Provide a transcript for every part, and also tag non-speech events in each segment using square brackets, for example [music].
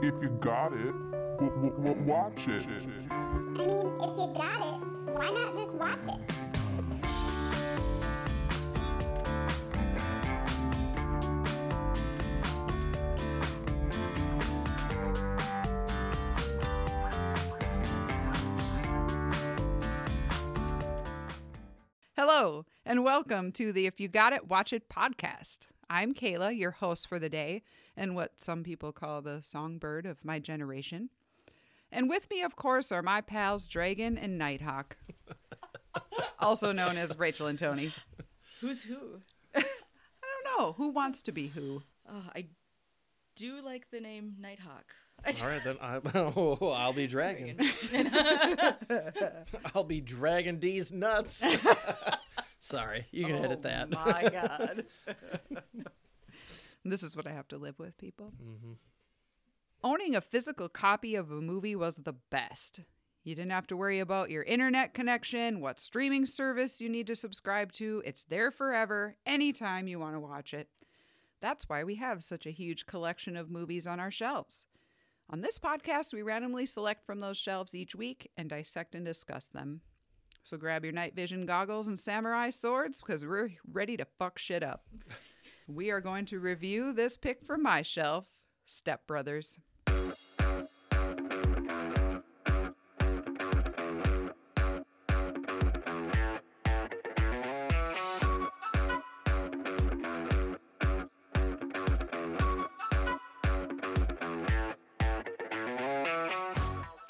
if you got it, w- w- watch it. I mean, if you got it, why not just watch it? Hello, and welcome to the If You Got It, Watch It podcast. I'm Kayla, your host for the day, and what some people call the songbird of my generation. And with me, of course, are my pals Dragon and Nighthawk, also known as Rachel and Tony. Who's who? I don't know who wants to be who. Oh, I do like the name Nighthawk. [laughs] All right, then [laughs] I'm, oh, I'll be dragging. [laughs] I'll be dragging these nuts. [laughs] Sorry, you can Oh. edit that. My [laughs] God. This is what I have to live with, people. Owning a physical copy of a movie was the best. You didn't have to worry about your internet connection, what streaming service you need to subscribe to. It's there forever, anytime you want to watch it. That's why we have such a huge collection of movies on our shelves. On this podcast, we randomly select from those shelves each week and dissect and discuss them. So grab your night vision goggles and samurai swords because we're ready to fuck shit up. We are going to review this pick from my shelf, Step Brothers.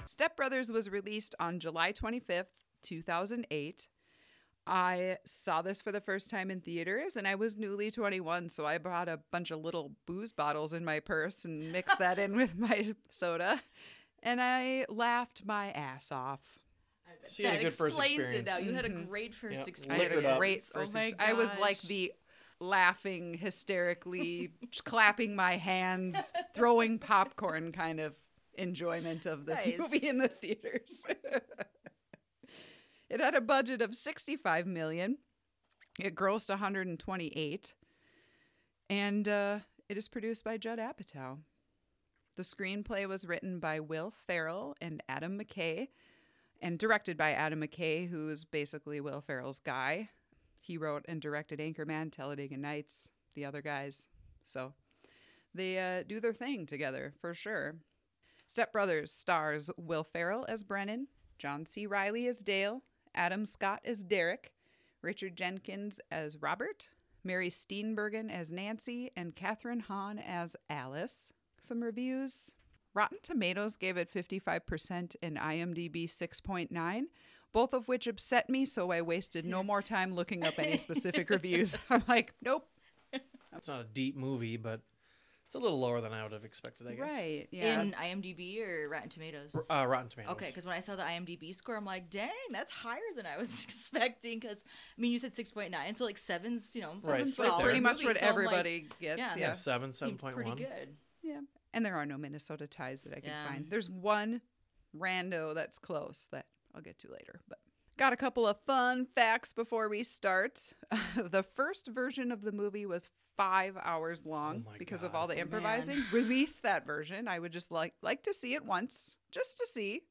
Step Brothers was released on July 25th, 2008. I saw this for the first time in theaters and I was newly 21, so I brought a bunch of little booze bottles in my purse and mixed that in with [laughs] my soda. And I laughed my ass off. She had a that good first explains it experience. now. You had a great first Yeah, I experience. Liquored had a up. great Oh first my ex- I was like gosh. the laughing, hysterically [laughs] clapping my hands, throwing popcorn kind of enjoyment of this Nice. movie in the theaters. [laughs] it had a budget of 65 million. It grossed 128 and uh, it is produced by Judd Apatow. The screenplay was written by Will Farrell and Adam McKay, and directed by Adam McKay, who is basically Will Farrell's guy. He wrote and directed Anchorman, Talladega Nights, the other guys. So they uh, do their thing together for sure. Step Brothers stars Will Farrell as Brennan, John C. Riley as Dale, Adam Scott as Derek, Richard Jenkins as Robert, Mary Steenburgen as Nancy, and Catherine Hahn as Alice. Some reviews. Rotten Tomatoes gave it 55% and IMDb 6.9, both of which upset me, so I wasted no more time looking up any specific reviews. [laughs] I'm like, nope. It's not a deep movie, but it's a little lower than I would have expected, I guess. Right. Yeah. In IMDb or Rotten Tomatoes? Uh, Rotten Tomatoes. Okay, because when I saw the IMDb score, I'm like, dang, that's higher than I was [laughs] expecting. Because I mean, you said 6.9, so like seven's, you know, Right, seven's right solid there. pretty much movie, what so I'm like, everybody gets. yeah, Yeah. that's yeah, seven, seven seemed point pretty one. good. Yeah. And there are no Minnesota ties that I can Yeah. find. There's one rando that's close that I'll get to later, but got a couple of fun facts before we start. [laughs] the first version of the movie was 5 hours long Oh my because of God. all the Oh, man. improvising. Release that version. I would just like like to see it once just to see.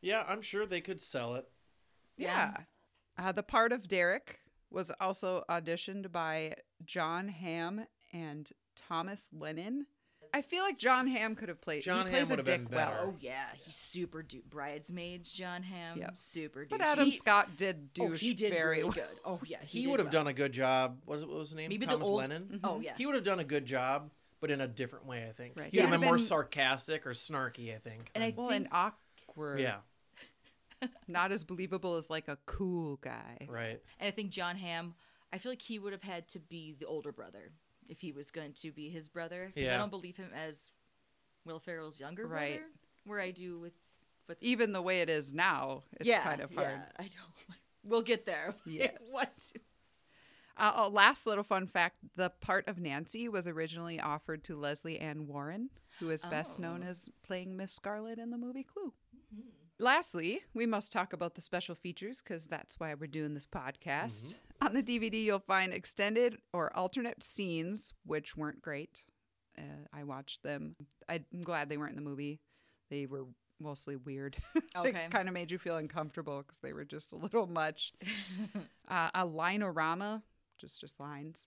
Yeah, I'm sure they could sell it. Yeah. Yeah. Uh, the part of Derek was also auditioned by John Hamm and Thomas Lennon. I feel like John Hamm could have played. John he plays Hamm would a have been dick better. well, Oh yeah, he's super dude. Bridesmaids, John Hamm, Yep. super dude. but Adam Scott did oh, douche he did very really well. good. Oh yeah, He, did would have well. done a good job. What was, what was his name? Maybe the Thomas old- Lennon. Oh yeah, He would have done a good job, but in a different way, I think. Right. He Yeah. would have been more Been- sarcastic or snarky, I think. and I Well, think and awkward. yeah, not as believable as like a cool guy. right. And I think John Hamm, I feel like he would have had to be the older brother if he was going to be his brother. Because Yeah. I don't believe him as Will Ferrell's younger Right. brother. Where I do with what's Even the way it is now, it's kind of hard. Yeah, I don't. [laughs] We'll get there. Yes. what? Uh, oh, last little fun fact: the part of Nancy was originally offered to Leslie Ann Warren, who is best known Oh. as playing Miss Scarlet in the movie Clue. Lastly, we must talk about the special features because that's why we're doing this podcast. On the DVD, you'll find extended or alternate scenes, which weren't great, Uh, I watched them. I'm glad they weren't in the movie. They were mostly weird. [laughs] Okay. kind of made you feel uncomfortable because they were just a little much. [laughs] uh, a linorama, just just lines.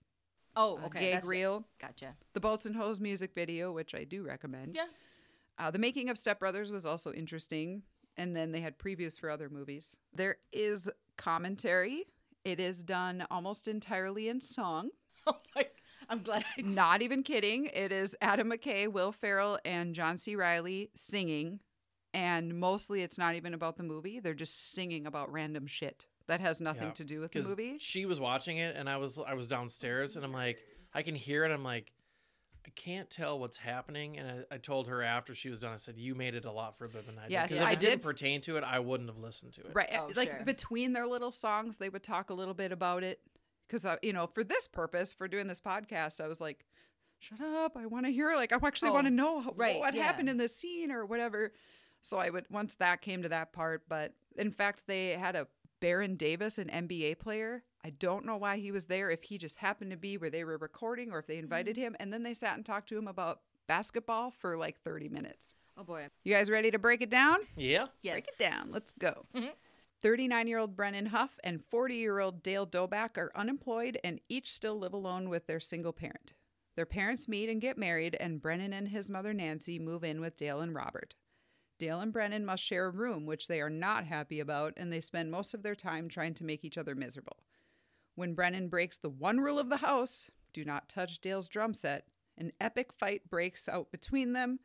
Oh, A okay. gag that's- reel. Gotcha. The Bolts and Hoes music video, which I do recommend. Yeah. [laughs] Uh, the making of Step Brothers was also interesting, and then they had previews for other movies. There is commentary. It is done almost entirely in song. Oh my. I'm glad I Not even kidding. It is Adam McKay, Will Ferrell, and John C. Riley singing, and mostly it's not even about the movie. They're just singing about random shit that has nothing Yeah, to do with the because movie. she was watching it and I was I was downstairs and I'm like I can hear it I'm like I can't tell what's happening and I, I told her after she was done I said you made it a lot further than I did Yes, because if I it didn't did- pertain to it I wouldn't have listened to it Right. eh, Oh, like sure. between their little songs, they would talk a little bit about it. Because, you know, for this purpose, for doing this podcast, I was like, shut up. I want to hear, like, I actually Oh, want to know how, right, what yeah. happened in this scene or whatever. So I would, once that came to that part, but in fact, they had a Baron Davis, an NBA player. I don't know why he was there, if he just happened to be where they were recording or if they Mm-hmm. invited him. And then they sat and talked to him about basketball for like 30 minutes. [laughs] Oh boy. You guys ready to break it down? yeah Yes. Break it down. Let's go. 39 year old Brennan Huff and 40 year old Dale Doback are unemployed and each still live alone with their single parent. Their parents meet and get married, and Brennan and his mother Nancy move in with Dale and Robert. Dale and Brennan must share a room, which they are not happy about, and they spend most of their time trying to make each other miserable. When Brennan breaks the one rule of the house do not touch Dale's drum set an epic fight breaks out between them,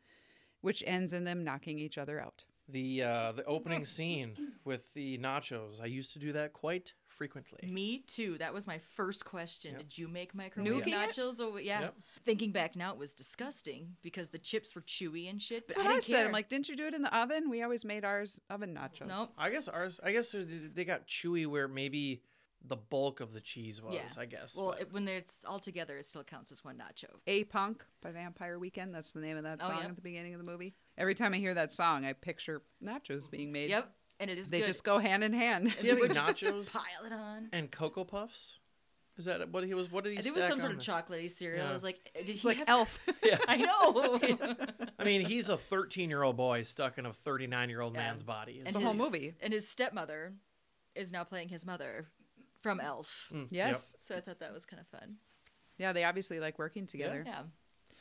which ends in them knocking each other out. the uh, the opening scene with the nachos I used to do that quite frequently Me too. That was my first question. Did you make microwave Nuking it? nachos? Oh, yeah. Yep. Thinking back now, it was disgusting because the chips were chewy and shit. But That's what I I, didn't said. care. I'm like, didn't you do it in the oven? We always made ours oven nachos. nope. I guess ours I guess they- they got chewy where maybe the bulk of the cheese was Yeah. I guess Well, but- it, when it's all together, it still counts as one nacho. A Punk by Vampire Weekend. That's the name of that Oh, song yep. at the beginning of the movie. Every time I hear that song, I picture nachos being made. Yep. And it is They good. just go hand in hand. Do you have [laughs] any nachos pile it on. and cocoa puffs? Is that what he was? What did he? I think it was stack some sort on of there? chocolatey cereal. Yeah. I was like, did It's he like have- [laughs] Elf. Yeah. I know. [laughs] I mean, he's a 13 year old boy stuck in a 39 year old Yeah. man's body. And the whole his- movie. And his stepmother is now playing his mother from Elf. Mm, [laughs] yes. So I thought that was kind of fun. Yeah, they obviously like working together. Yeah.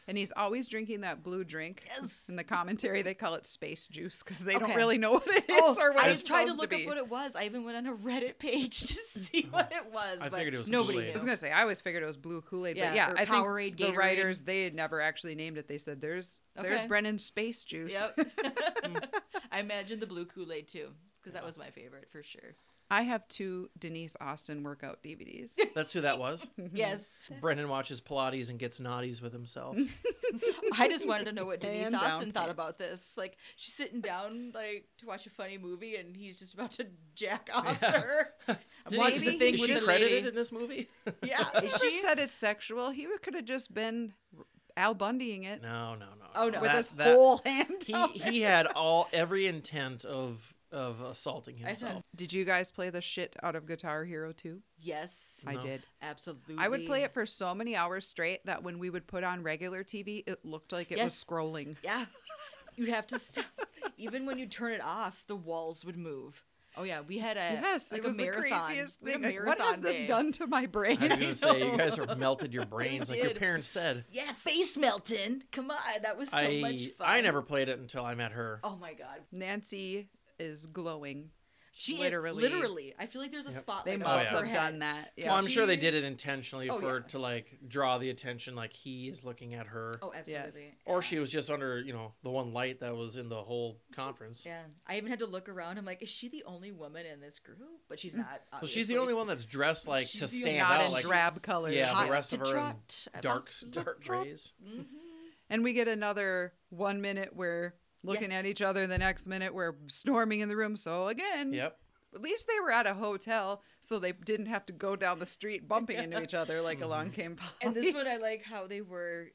And he's always drinking that blue drink. [laughs] [laughs] Yes. In the commentary, they call it space juice because they don't Okay. Oh, really know what it is or what I it's tried to supposed look be. up what it was. I even went on a Reddit page [laughs] to see what it was. I but figured it was nobody Kool-Aid. knew. I I was gonna say I always figured it was blue Kool Aid, Yeah, but yeah, or I think Powerade, the Gatorade. writers they had never actually named it. They said there's there's Okay. Brennan's space juice. Yep. [laughs] I imagined the blue Kool Aid too, because that was my favorite for sure. I have two Denise Austin workout DVDs. Yep. That's who [laughs] that was. Mm-hmm. yes. Brendan watches Pilates and gets naughties with himself. I just wanted to [laughs] know what Denise And down Austin thought pants. about this. Like she's sitting down like to watch a funny movie and he's just about to [laughs] jack off Yeah. her. I'm Did watching he, the maybe thing is with she this credited lady. in this movie? [laughs] Yeah, [laughs] He is never she? said it's sexual. He could have just been Al Bundying it No, no, no. Oh, no. with That- his that- whole [laughs] hand. He up. he had all every intent of of assaulting I said- himself. Did you guys play the shit out of Guitar Hero 2? Yes, I No. did. absolutely. I would play it for so many hours straight that when we would put on regular TV, it looked like it was Yes. scrolling. [laughs] Yeah, you'd have to stop. Even when you turn it off, the walls would move. Oh yeah, we had a Yes, like it was a marathon. the craziest We had thing. a Like, what has marathon this day. done to my brain? I was gonna say you guys are melted your brains like your did. parents said. Yeah, face melting. Come on, that was so much I fun. I never played it until I met her. Oh my god, [laughs] Nancy is glowing. she Literally. is literally. I feel like there's a Yep. spotlight. They above must Oh, yeah. her have head. done that. Yeah. Well, I'm sure they She- did it intentionally Oh, for yeah. to like draw the attention, like he is looking at her, Oh, absolutely. or she was just under, you know, the one light that was in the whole conference. Yeah, I even had to look around. I'm like, is she the only woman in this group? But she's not. So she's the only one that's dressed like She's the to stand not out, in like drab colors. yeah, Hot the rest to of her in trot. dark Absolutely. dark rays. And we get another one minute where looking at each other, the next minute we're storming in the room. So again, Yep. at least they were at a hotel, so they didn't have to go down the street bumping into each other like Mm-hmm. along came Polly. [laughs] And this one, I like how they were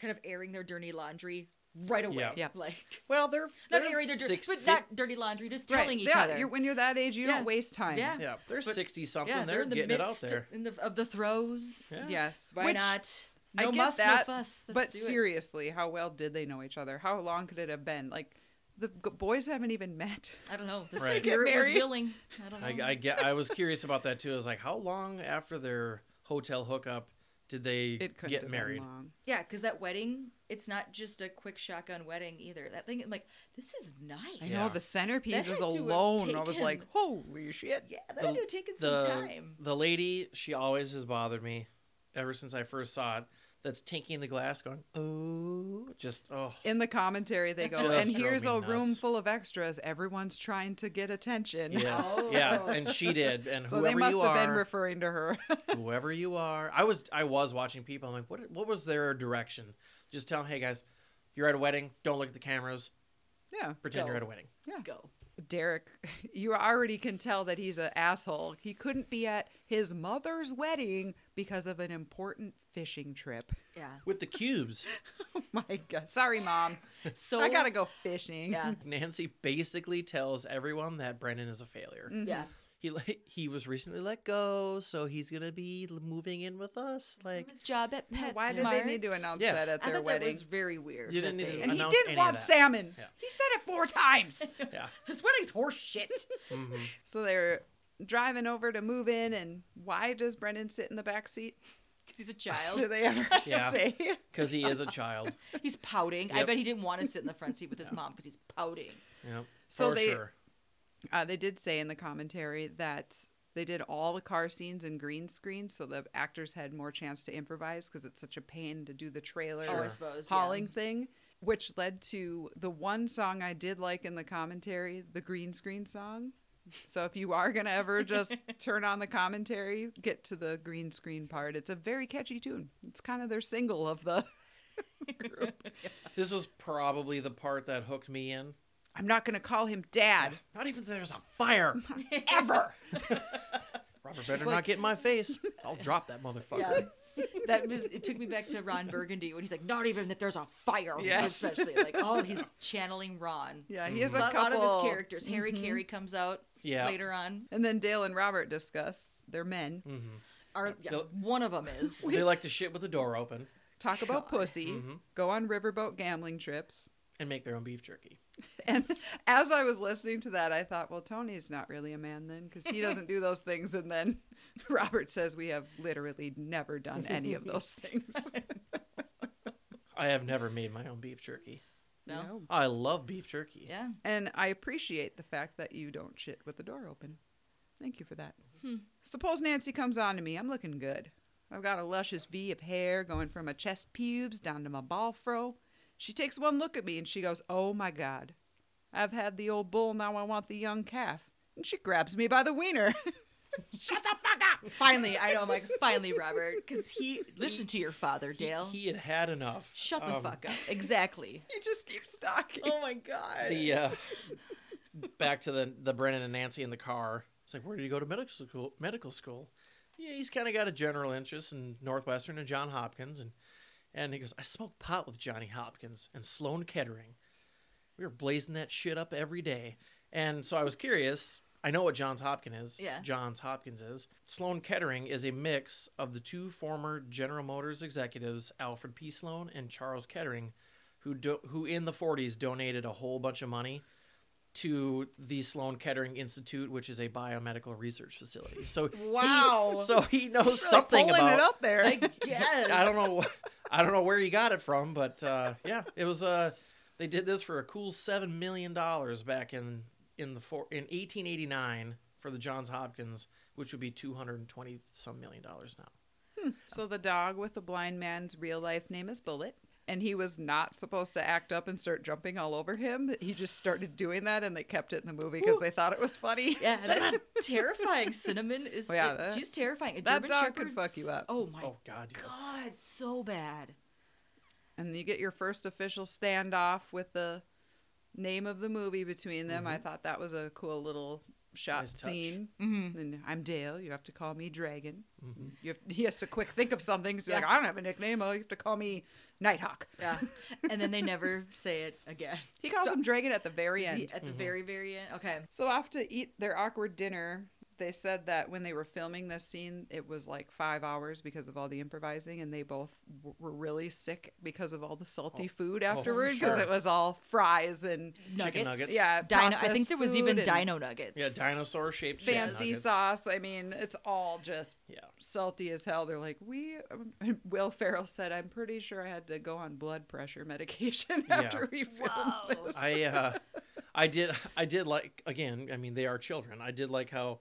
kind of airing their dirty laundry right away. Yeah. Yeah. Like, [laughs] Well, they're, not they're airing their dirty, six but fif- not dirty laundry, just Right, telling each yeah, other. You're, when you're that age, you Yeah. don't waste time. Yeah. Yeah, they're But- sixty something. yeah, they're, they're in the getting it out midst there. in the, of the throes. Yeah. Yes. Why Which not? No I get muss, no that, fuss. Let's but do it. seriously, how well did they know each other? How long could it have been? Like, the g- boys haven't even met. I don't know. The Right. Get spirit was married. willing. [laughs] I don't know. I, I get. I [laughs] was curious about that too. I was like, how long after their hotel hookup did they It couldn't get have married? Been long. yeah, because that wedding, it's not just a quick shotgun wedding either. That thing, I'm like, this is nice. I Yeah. know the centerpieces That had to uh, have alone. I was taken- like, holy shit! Yeah, that had The- to have taken some The time. the lady, she always has bothered me, ever since I first saw it. That's tinking the glass, going oh, just [laughs] oh. In the commentary, they go, Just and drove here's me a room nuts. full of extras. Everyone's trying to get attention. Yes, Oh. yeah, and she did, and [laughs] so they whoever must you have are, been referring to her. [laughs] whoever you are i was i was watching people i'm like what what was their direction just tell them hey guys you're at a wedding don't look at the cameras yeah. pretend you're Go. at a wedding Go. Derek, you already can tell that he's an asshole. He couldn't be at his mother's wedding because of an important fishing trip. [laughs] Yeah. with the cubes [laughs] Oh my God. Sorry, Mom. So I got to go fishing. [laughs] [laughs] Yeah. nancy basically tells everyone that brendan is a failure Mhm. Yeah. he [laughs] like, he was recently let go so he's gonna be l- moving in with us [laughs] like His job at PetSmart. Why did they need to announce Yeah. that at I their thought wedding? that was very weird. You that didn't need they- [laughs] to and he announce didn't any of want that. salmon. Yeah. He said it four times. yeah His wedding's horse shit. Mhm. so they're driving over to move in, and why does Brendan sit in the back seat? He's a Do child. they [laughs] ever Yeah. say? because he is a child He's pouting. I Yep. bet he didn't want to sit in the front seat with his mom because he's pouting. yep So for they- sure Uh, they did say in the commentary that they did all the car scenes in green screen, so the actors had more chance to improvise because it's such a pain to do the trailer Sure. Oh, I suppose. yeah. hauling thing. Which led to the one song I did like in the commentary, the green screen song. So if you are gonna ever [laughs] just turn on the commentary, get to the green screen part. It's a very catchy tune. It's kind of their single of the. this was probably the part that hooked me in I'm not gonna call him dad. not even that there's a [laughs] fire ever [laughs] robert better not like- get in my face i'll drop that motherfucker Yeah. that was it took me back to Ron Burgundy when he's like, not even that there's a fire. Yes. Especially like, oh, [laughs] he's channeling Ron. Yeah, he has A a lot, a lot couple. Mm-hmm. of his characters. Harry Carey comes out Yeah. later on. And then Dale and Robert discuss their men. Our, yeah, Del- one of them is. They like to shit with the door open talk about God. pussy, go on riverboat gambling trips. and make their own beef jerky. And as I was listening to that, I thought, well, Tony's not really a man then because he doesn't do those things. And then [laughs] Robert says, we have literally never done any of those things. I have never made my own beef jerky. No. I love beef jerky. Yeah. And I appreciate the fact that you don't shit with the door open. Thank you for that. Hmm. Suppose Nancy comes on to me. I'm looking good. I've got a luscious V of hair going from my chest pubes down to my ball fro. She takes one look at me and she goes, Oh my God. I've had the old bull, now I want the young calf. And she grabs me by the wiener. [laughs] Shut the fuck up! Finally, I know. I'm like, finally, Robert, because he listen to your father, Dale. He had had enough. Shut the Um, fuck up. Exactly. he just keeps talking. Oh my god. The uh, back to the the Brennan and Nancy in the car. It's like, where did you go to medical school? Medical school. Yeah, he's kind of got a general interest in Northwestern and John Hopkins, and and he goes, I smoked pot with Johnny Hopkins and Sloan Kettering. We were blazing that shit up every day, and so I was curious. I know what Johns Hopkins is. Yeah. Johns Hopkins is. Sloan Kettering is a mix of the two former General Motors executives, Alfred P. Sloan and Charles Kettering, who do- who in the 40s donated a whole bunch of money to the Sloan Kettering Institute, which is a biomedical research facility. So he- Wow. so he knows something pulling it about. up there. [laughs] I guess. I don't know. wh- I don't know where he got it from, but uh, yeah, it was. Uh, they did this for a cool seven million dollars back in in the four, in 1889 for the Johns Hopkins, which would be 220 some million dollars now. So the dog with the blind man's real life name is Bullet, and he was not supposed to act up and start jumping all over him. He just started doing that, and they kept it in the movie because they thought it was funny. [laughs] Yeah, that's terrifying. Cinnamon is. Oh, yeah, it- that- she's terrifying. A that German dog Shepherd could fuck you s- up. Oh my Oh God, yes. god, so bad. And you get your first official standoff with the name of the movie between them. I thought that was a cool little shot Nice touch. scene. Mm-hmm. And I'm Dale. You have to call me Dragon. Mhm. You have, he has to quick think of something. 'cause he's Yeah. like, I don't have a nickname. Oh, you have to call me Nighthawk. Yeah, [laughs] and then they never say it again. He calls So- him Dragon at the very Is Mm-hmm. end. he at the very, very end. Okay. So off to eat their awkward dinner, they said that when they were filming this scene, it was like five hours because of all the improvising, and they both w- were really sick because of all the salty food afterward because Oh. sure. it was all fries and Chicken nuggets. Yeah, Dino, I Uh, processed think there was food even and dino nuggets. Yeah, dinosaur-shaped chicken fancy nuggets. sauce. I mean, it's all just Yeah. salty as hell. They're like, we. um, [laughs] Will Ferrell said, "I'm pretty sure I had to go on blood pressure medication [laughs] Yeah. after we filmed this." I uh, I did I did like again. I mean, they are children. I did like how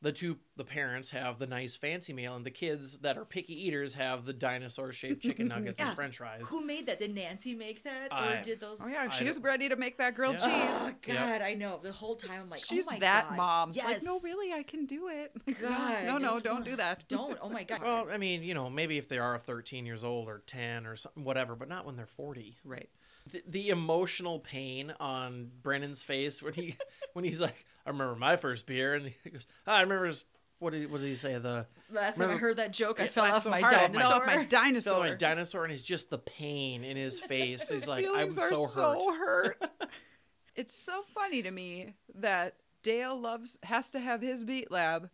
the two the parents have the nice fancy meal, and the kids that are picky eaters have the dinosaur shaped chicken nuggets [laughs] Yeah. and French fries. Who made that? Did Nancy make that, or I- did those? Oh yeah, I she was don't- ready to make that grilled Yeah. cheese. Oh, God, Yeah. I know. The whole time I'm like, She's oh my that God. mom. Yes. Like, no, really, I can do it. [laughs] Like, no, God, I no, no, just don't wanna- do that. [laughs] Don't. Oh my God. Well, I mean, you know, maybe if they are 13 years old or 10 or something, whatever, but not when they're 40. [laughs] Right. The, the emotional pain on Brennan's face when he [laughs] when he's like, I remember my first beer, and he goes, "Ah, I remember his- what did what did he say the Last time I remember- heard that joke, I Yeah, fell that's off so my hard. I I fell dinosaur. fell off my dinosaur. fell on a dinosaur, and it's just the pain in his face. He's like, I'm Feelings are so hurt. hurt. [laughs] it's so funny to me that Dale loves has to have his beat lab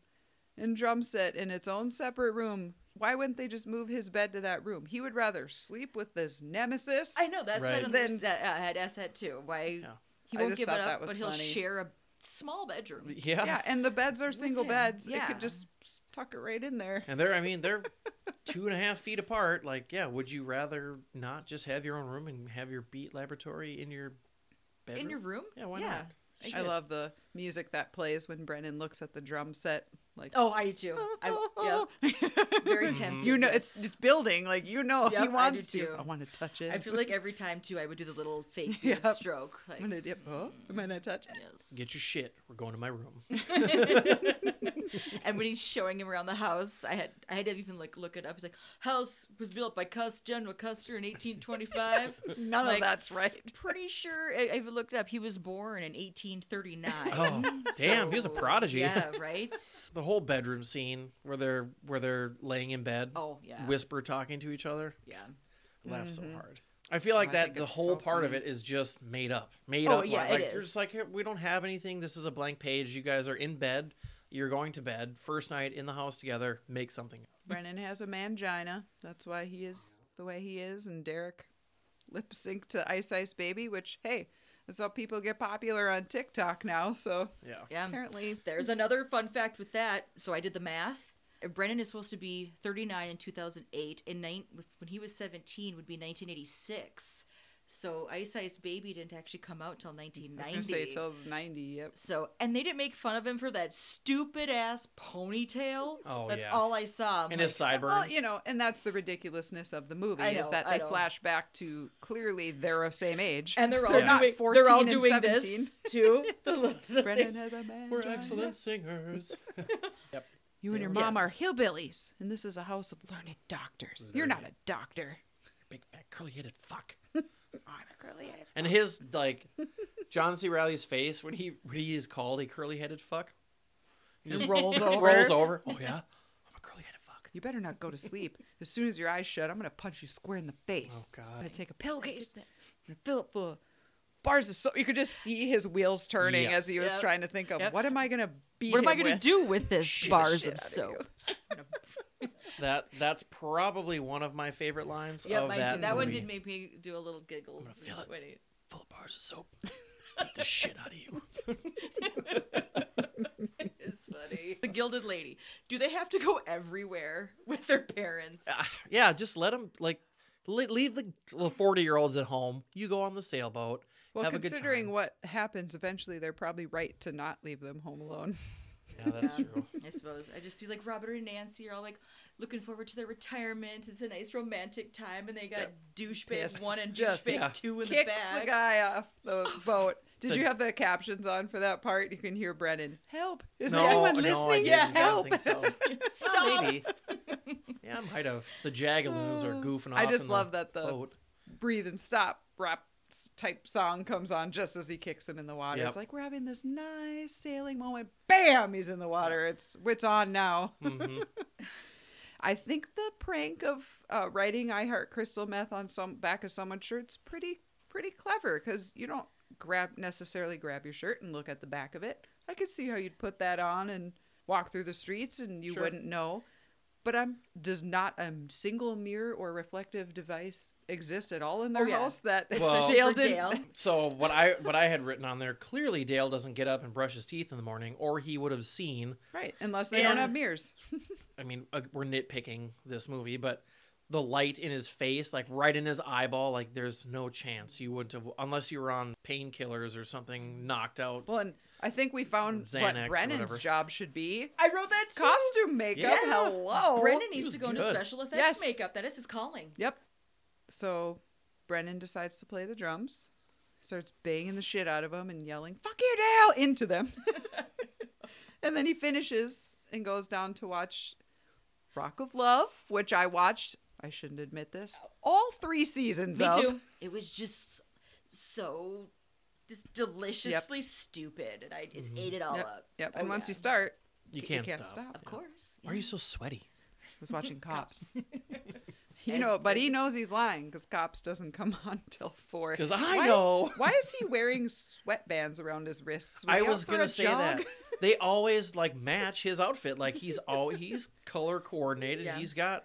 and drum set in its own separate room. Why wouldn't they just move his bed to that room? He would rather sleep with this nemesis. I know. That's what I Right. don't Then- understand. I had asked that too. Why Yeah. he I won't just give it thought up, that was but he'll funny. share a small bedroom. Yeah. yeah, and the beds are single him. beds. It Yeah. could just tuck it right in there. And they're, I mean, they're two and a half feet apart. Like, yeah, would you rather not just have your own room and have your beat laboratory in your bedroom? In your room? Yeah, why not? I get it. love the music that plays when Brennan looks at the drum set. Like, Oh, I do too. I, yeah, [laughs] very Mhm. tempting. you know, it's, yes. it's building. Like, you know, Yep, I he do wants too. to. I want to touch it. I feel like every time too, I would do the little fake [laughs] Yep. weird stroke. Like, I'm gonna dip. Oh, am I not touch it? yes. Get your shit. We're going to my room. and when he's showing him around the house, I had I had to even like look it up. He's like, "House was built by Cuss General Custer in [laughs] 1825." None Like, of that's right. Pretty sure I, I even looked it up. He was born in 1839. Oh, damn. He was a So, prodigy. Yeah, right. The whole bedroom scene where they're where they're laying in bed, Oh yeah. whisper talking to each other. yeah. I laughed so hard. I feel like I that think the it's whole so part of funny. it is just made up. Made Oh, up. yeah, like, it like, You're is. just like, here, we don't have anything. This is a blank page. You guys are in bed. You're going to bed. First night in the house together. Make something up. [laughs] Brennan has a mangina. That's why he is the way he is. And Derek lip sync to Ice Ice Baby, which hey, that's how people get popular on TikTok now. So Yeah. Yeah. apparently, There's another fun fact with that. So I did the math. Uh, Brennan is supposed to be 39 in 2008, and nine, when he was 17 would be 1986. So Ice Ice Baby didn't actually come out till I was gonna say 1990. till ninety. Yep. so and they didn't make fun of him for that stupid ass ponytail. Oh, that's yeah. all I saw. I'm And like, his [laughs] sideburns. Well, you know, and that's the ridiculousness of the movie I is know, that I they know. flash back to clearly they're the same age. and they're all They're not doing they're 14 all and doing 17. this [laughs] [laughs] too. The- the- Brennan has a mangina. We're excellent singers. [laughs] You and your Yes. mom are hillbillies, and this is a house of learned doctors. You're not a doctor. Big fat curly headed fuck. I'm a curly-headed- And his like John C. Riley's face when he when he is called a curly headed fuck. He just [laughs] rolls over. Rolls over. Oh yeah. I'm a curly headed fuck. You better not go to sleep. As soon as your eyes shut, I'm gonna punch you square in the face. Oh, God. I'm gonna take a pillowcase. I'm gonna fill it full of bars of soap. You could just see his wheels turning as he was Yep. trying to think of Yep. what am I gonna beat what am I him gonna with?" do with this Shit the bars shit of out of soap? That that's probably one of my favorite lines Yeah, of mine that. too. that one movie. did make me do a little giggle. gonna feel it. when he- full of [laughs] bars of soap. Beat the shit out of you. It's funny. [laughs] The Gilded Lady. Do they have to go everywhere with their parents? yeah, just let them like le- leave the forty year olds at home. You go on the sailboat. Well, have considering a what happens eventually, they're probably right to not leave them home alone. good time. yeah, that's true. I suppose. I just see like Robert and Nancy are all like looking forward to their retirement. It's a nice romantic time, and they got douchebag Pissed. one and Just- douchebag yeah. two in the Kicks back. the guy off the boat. Did The- you have the captions on for that part? You can hear Brennan. Help! Is No, anyone no, I listening? didn't. yeah, I don't help! Oh, think so. Stop. Maybe. Yeah, I might have. The jagaloons are goofing off. Uh, I just in the love that the- boat. [laughs] breathe and stop rap s- type song comes on just as he kicks him in the water. Yep. It's like we're having this nice sailing moment. Bam, he's in the water. It's it's on now. Mm-hmm. I think the prank of uh, writing "I Heart Crystal Meth" on some back of someone's shirt's pretty pretty clever because you don't grab necessarily grab your shirt and look at the back of it. I could see how you'd put that on and walk through the streets and you Sure. wouldn't know. But I'm does not a single mirror or reflective device exist at all in their Oh, yeah. house that Well- Especially Dale for didn't. Dale. So what I what I had written on there clearly Dale doesn't get up and brush his teeth in the morning, or he would have seen. Right, unless they don't And- have mirrors. I mean, uh, we're nitpicking this movie, but the light in his face, like right in his eyeball, like there's no chance you wouldn't have unless you were on painkillers or something, knocked out. Well, and I think we found Xanax or what Brennan's whatever. job should be. I wrote that too. Costume makeup, Yes. hello. Brendan He needs was to go into good. special effects Yes. makeup. That is his calling. Yep. So Brennan decides to play the drums, starts banging the shit out of them and yelling, fuck you, Dale, into them. [laughs] and then he finishes and goes down to watch Rock of Love, which I watched, I shouldn't admit this, all three seasons Me of. too. It was just so just deliciously stupid, and I just ate it all Mm-hmm. Yep. up. Yep. Oh, And once yeah. you start, you c- can't, you can't stop. stop. of course, Why are you so sweaty? I was [laughs] watching Cops. You As know, but he good. knows he's lying because Cops doesn't come [laughs] on till four. 'Cause I Why is- know. why is he wearing sweatbands around his wrists? Was I he out was for gonna a say jog? [laughs] that they always like match his outfit. Like he's all he's color coordinated. Yeah. He's got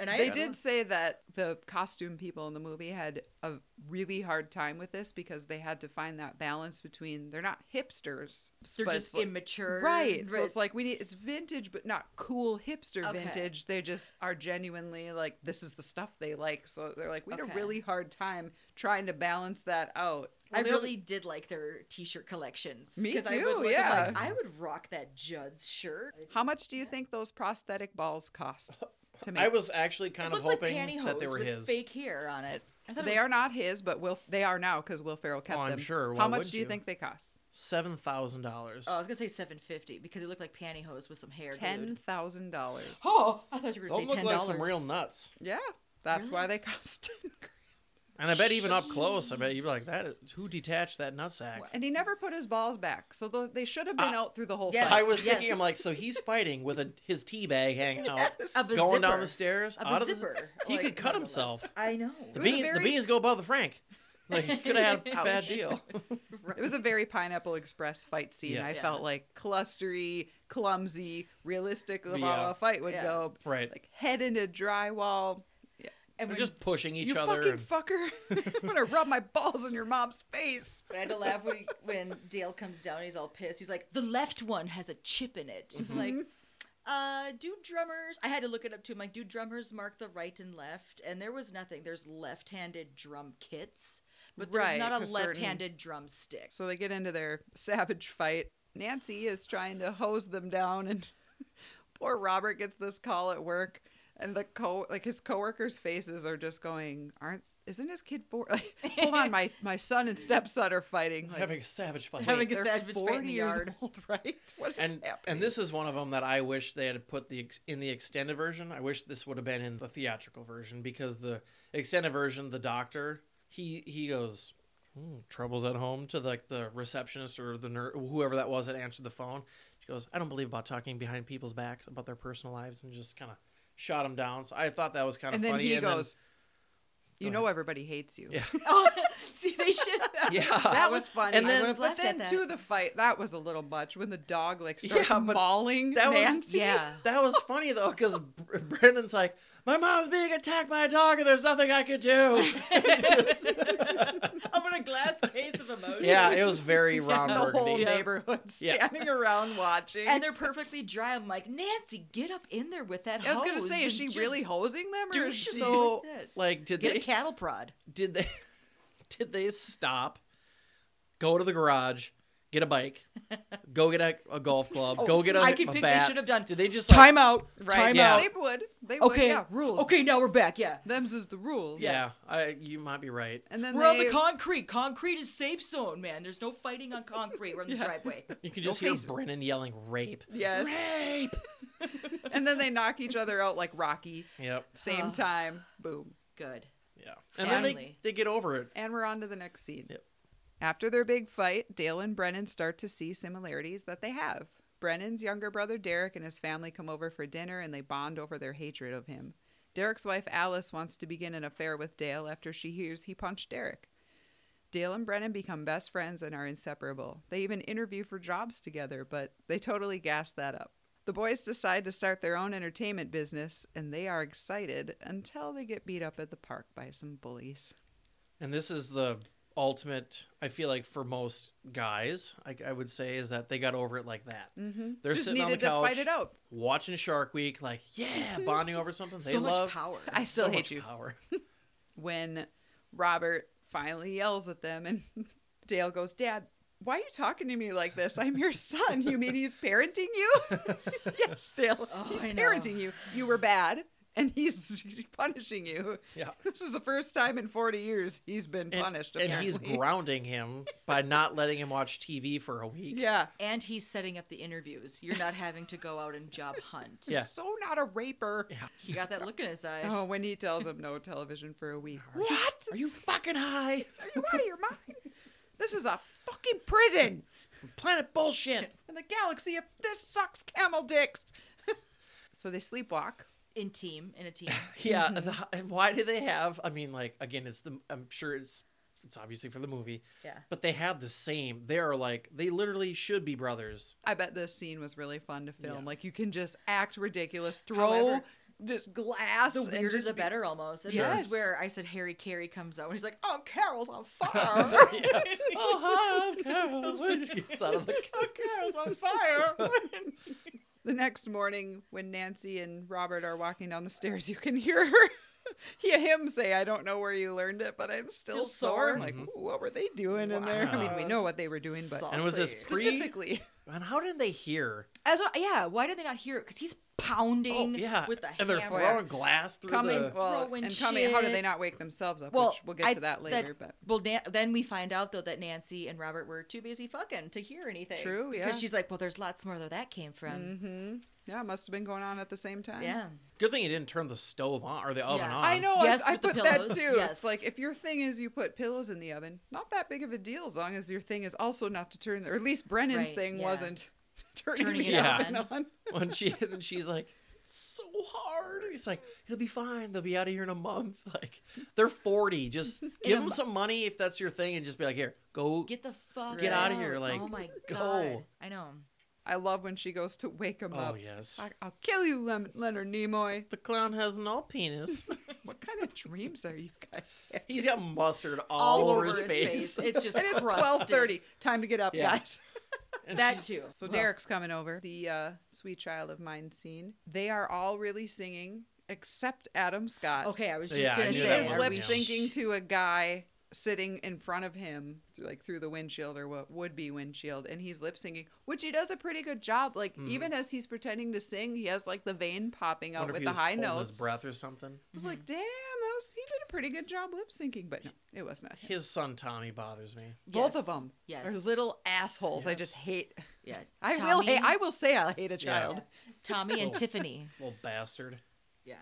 and I they did say that the costume people in the movie had a really hard time with this because they had to find that balance between they're not hipsters They're but just it's like- immature, right so it's like we need it's vintage but not cool hipster Okay. vintage they just are genuinely like this is the stuff they like so they're like we had Okay. a really hard time trying to balance that out I Well, the other- really did like their T-shirt collections. Me 'cause I too, would look, I'm yeah. like, I would rock that Judd's shirt. how much do you think those prosthetic balls cost to make [laughs] I was actually kind It of looked like hoping pantyhose that they were with his. fake hair on it. I thought it they was- are not his but will they are now because will ferrell kept Oh, I'm them sure. Why how much wouldn't do you you? think they cost Seven thousand dollars. Oh, I was gonna say seven fifty because it looked like pantyhose with some hair. ten glued. [laughs] thousand dollars Oh, I thought you were gonna say Don't look ten like dollars. some real nuts. Yeah, that's why they [laughs] cost ten grand. And I bet even up close, I bet you'd be like, that is, who detached that nutsack? And he never put his balls back, so tho- they should have been out through the whole Uh, yes. I fight. was Yes. thinking, I'm like, so he's fighting with a, his tea bag hanging out, A bazipper. going down the stairs, A out of the, bazipper, [laughs] he like, could cut nonetheless. himself. I know. was a The, bean, the very- beans go above the Frank. Like he could have [laughs] had a bad Ouch. deal. It was a very Pineapple Express fight scene. I Yes. Yeah. felt like clustery, clumsy, realistic of how Yeah. a fight would Yeah. go. Right. Like head into drywall. And They're when just pushing each you other. fucking and- fucker! [laughs] [laughs] I'm gonna rub my balls in your mom's face. But I had to laugh when, he, when Dale comes down and he's all pissed. He's like, the left one has a chip in it. I'm Like, uh, do drummers. I had to look it up too. I'm like, do drummers mark the right and left? And there was nothing. There's left handed drum kits, but there's Right, not a for certain- left handed drumstick. So they get into their savage fight. Nancy is trying to hose them down, and [laughs] poor Robert gets this call at work, and the co like his coworkers' faces are just going, "Aren't isn't his kid four? [laughs] Like, hold on, my my son and stepson are fighting, like, having a savage fight. having a they're savage fight in 40 the years yard." old, [laughs] right? [laughs] What is and happening? and this is one of them that I wish they had put the ex- in the extended version. I wish this would have been in the theatrical version because the extended version, the doctor, he he goes "Hmm, troubles at home to like the receptionist or the nurse, whoever that was that answered the phone. She goes, I don't believe about talking behind people's backs about their personal lives and just kind of shot him down. So I thought that was kind of and then funny. he and goes, "You Go know, everybody hates you." Yeah. Oh, [laughs] see, they should. then, yeah, That was funny. And then- I would've but laughed at then that. to the fight, that was a little much when the dog like starts Yeah, but mauling that was- Nancy. [laughs] Yeah. that was funny though because Brendan's like, my mom's being attacked by a dog and there's nothing I [laughs] could do. I'm in a glass case of emotion. [laughs] Yeah, it was very Ron the whole Burgundy. neighborhood Yeah. standing around watching. And they're perfectly dry. I'm like, Nancy, get up in there with that I was gonna hose say, is and she just really hosing them, or do is she? shit So, like that. like, did Get they a cattle prod. [laughs] did they did they stop, go to the garage, get a bike, go get a, a golf club, go get a, I could a pick- they bat? should have done Did they just like, Time out. right? Time Yeah. out. They would. They would. Okay. Yeah. Rules. Okay, now we're back. Yeah. Them's is the rules. Yeah, I, you might be right. And then We're on they- the concrete. Concrete is safe zone, man. There's no fighting on [laughs] concrete. We're on the driveway. You can No just hear faces. Brennan yelling rape. Yes. Rape. and then they knock each other out like Rocky. Yep. Same Oh. time. Boom. Good. Yeah. And then they Finally. they get over it. And we're on to the next scene. Yep. After their big fight, Dale and Brennan start to see similarities that they have. Brennan's younger brother Derek and his family come over for dinner and they bond over their hatred of him. Derek's wife Alice wants to begin an affair with Dale after she hears he punched Derek. Dale and Brennan become best friends and are inseparable. They even interview for jobs together, but they totally gassed that up. The boys decide to start their own entertainment business, and they are excited until they get beat up at the park by some bullies. And this is the ultimate, I feel like, for most guys, I, I would say, is that they got over it like that. Mm-hmm. They're Just sitting on the needed to couch, fight it out. watching Shark Week, like, yeah, bonding over something. They so love much power. I still so hate much you. Power. When Robert finally yells at them, and [laughs] Dale goes, Dad, why are you talking to me like this? I'm your son. You mean he's parenting you? [laughs] yes, Dale. Oh, he's I know. parenting you. You were bad, and he's [laughs] punishing you. Yeah. This is the first time in 40 years he's been [laughs] And- punished. and, he's apparently. grounding him by not letting him watch TV for a week. [laughs] Yeah. And he's setting up the interviews. You're not having to go out and job hunt. Yeah. So not a raper. He got that look in his eye. Oh, when he tells him no television for a week. What? Are you fucking high? Are you out of your mind? This is a fucking [laughs] prison Planet bullshit. in the galaxy of this sucks camel dicks. [laughs] so they sleepwalk. In team, in [laughs] a team. Yeah, the- and why do they have? I mean, like again, it's the. I'm sure it's it's obviously for the movie. Yeah. But they have the same. They are like they literally should be brothers. I bet this scene was really fun to film. Yeah. Like you can just act ridiculous, throw However, just glass. The and weirder just the be- better, almost. And this Yes. is where I said Harry Carey comes out. And he's like, oh, Carol's on [laughs] fire. yeah. Oh hi, I'm [laughs] Carol. She just gets out of the car. Carol's [laughs] on fire. the next morning, when Nancy and Robert are walking down the stairs, you can hear her. [laughs] Yeah, him say, I don't know where you learned it, but I'm still, Still sore. sore? Mm-hmm. I'm like, "Ooh, what were they doing in there? I mean, we Wow. know what they were doing, but Saucy. And was this pre? specifically, And how did they hear? I don't- yeah, why did they not hear it? Because he's pounding Oh yeah, with the and they're hammer. throwing glass through coming, the. well, throwing and coming, how did shit. they not wake themselves up? Well, which we'll get I- to that later, but well, Nan- then we find out though that Nancy and Robert were too busy fucking to hear anything. True, yeah. Mm-hmm. Because she's like, well, there's lots more where that came from. yeah, it must have been going on at the same time. Mm-hmm. Yeah. Good thing you didn't turn the stove on or the oven Yeah. on. I know. I- Yes, I, with the put that pillows, too. It's yes. like if your thing is you put pillows in the oven, not that big of a deal as long as your thing is also not to turn, or at least Brennan's Right, thing yeah. wasn't [laughs] turning, Turning the it oven on. on. [laughs] when she then she's like "It's so hard he's like it'll be fine they'll be out of here in a month [laughs] like they're 40 just give them some money if that's your thing and just be like here go Get the fuck Get out outta here, like, oh my go. god. I know. I love when she goes to wake him oh up. yes I, I'll kill you, Lem- Leonard Nimoy. the clown has no penis What kind of dreams are you guys [laughs] having? [laughs] he's got mustard all, over, his, face, It's [laughs] just And it's crusted. twelve thirty. Time to get up, [laughs] Yeah. guys. [laughs] And That she's- too. So Derek's coming over. The uh, sweet child of mine scene. They are all really singing except Adam Scott. Okay, I was just Yeah, I gonna knew She that say is one. are lip we Yeah. syncing to a guy sitting in front of him, through, like through the windshield or what would be windshield, and he's lip syncing, which he does a pretty good job. Like Hmm. even as he's pretending to sing, he has like the vein popping out wonder if with he the was high holding his notes. I breath or something was like, damn, that was he did a pretty good job lip syncing, but no, it was not. him. his son tommy bothers me Both of Yes, them Yes. are little assholes. I Yes. just hate. Yeah. I will Tommy- hate. I will say I hate a Yeah. child. Tommy and Cool. [laughs] Tiffany. little bastard Yeah.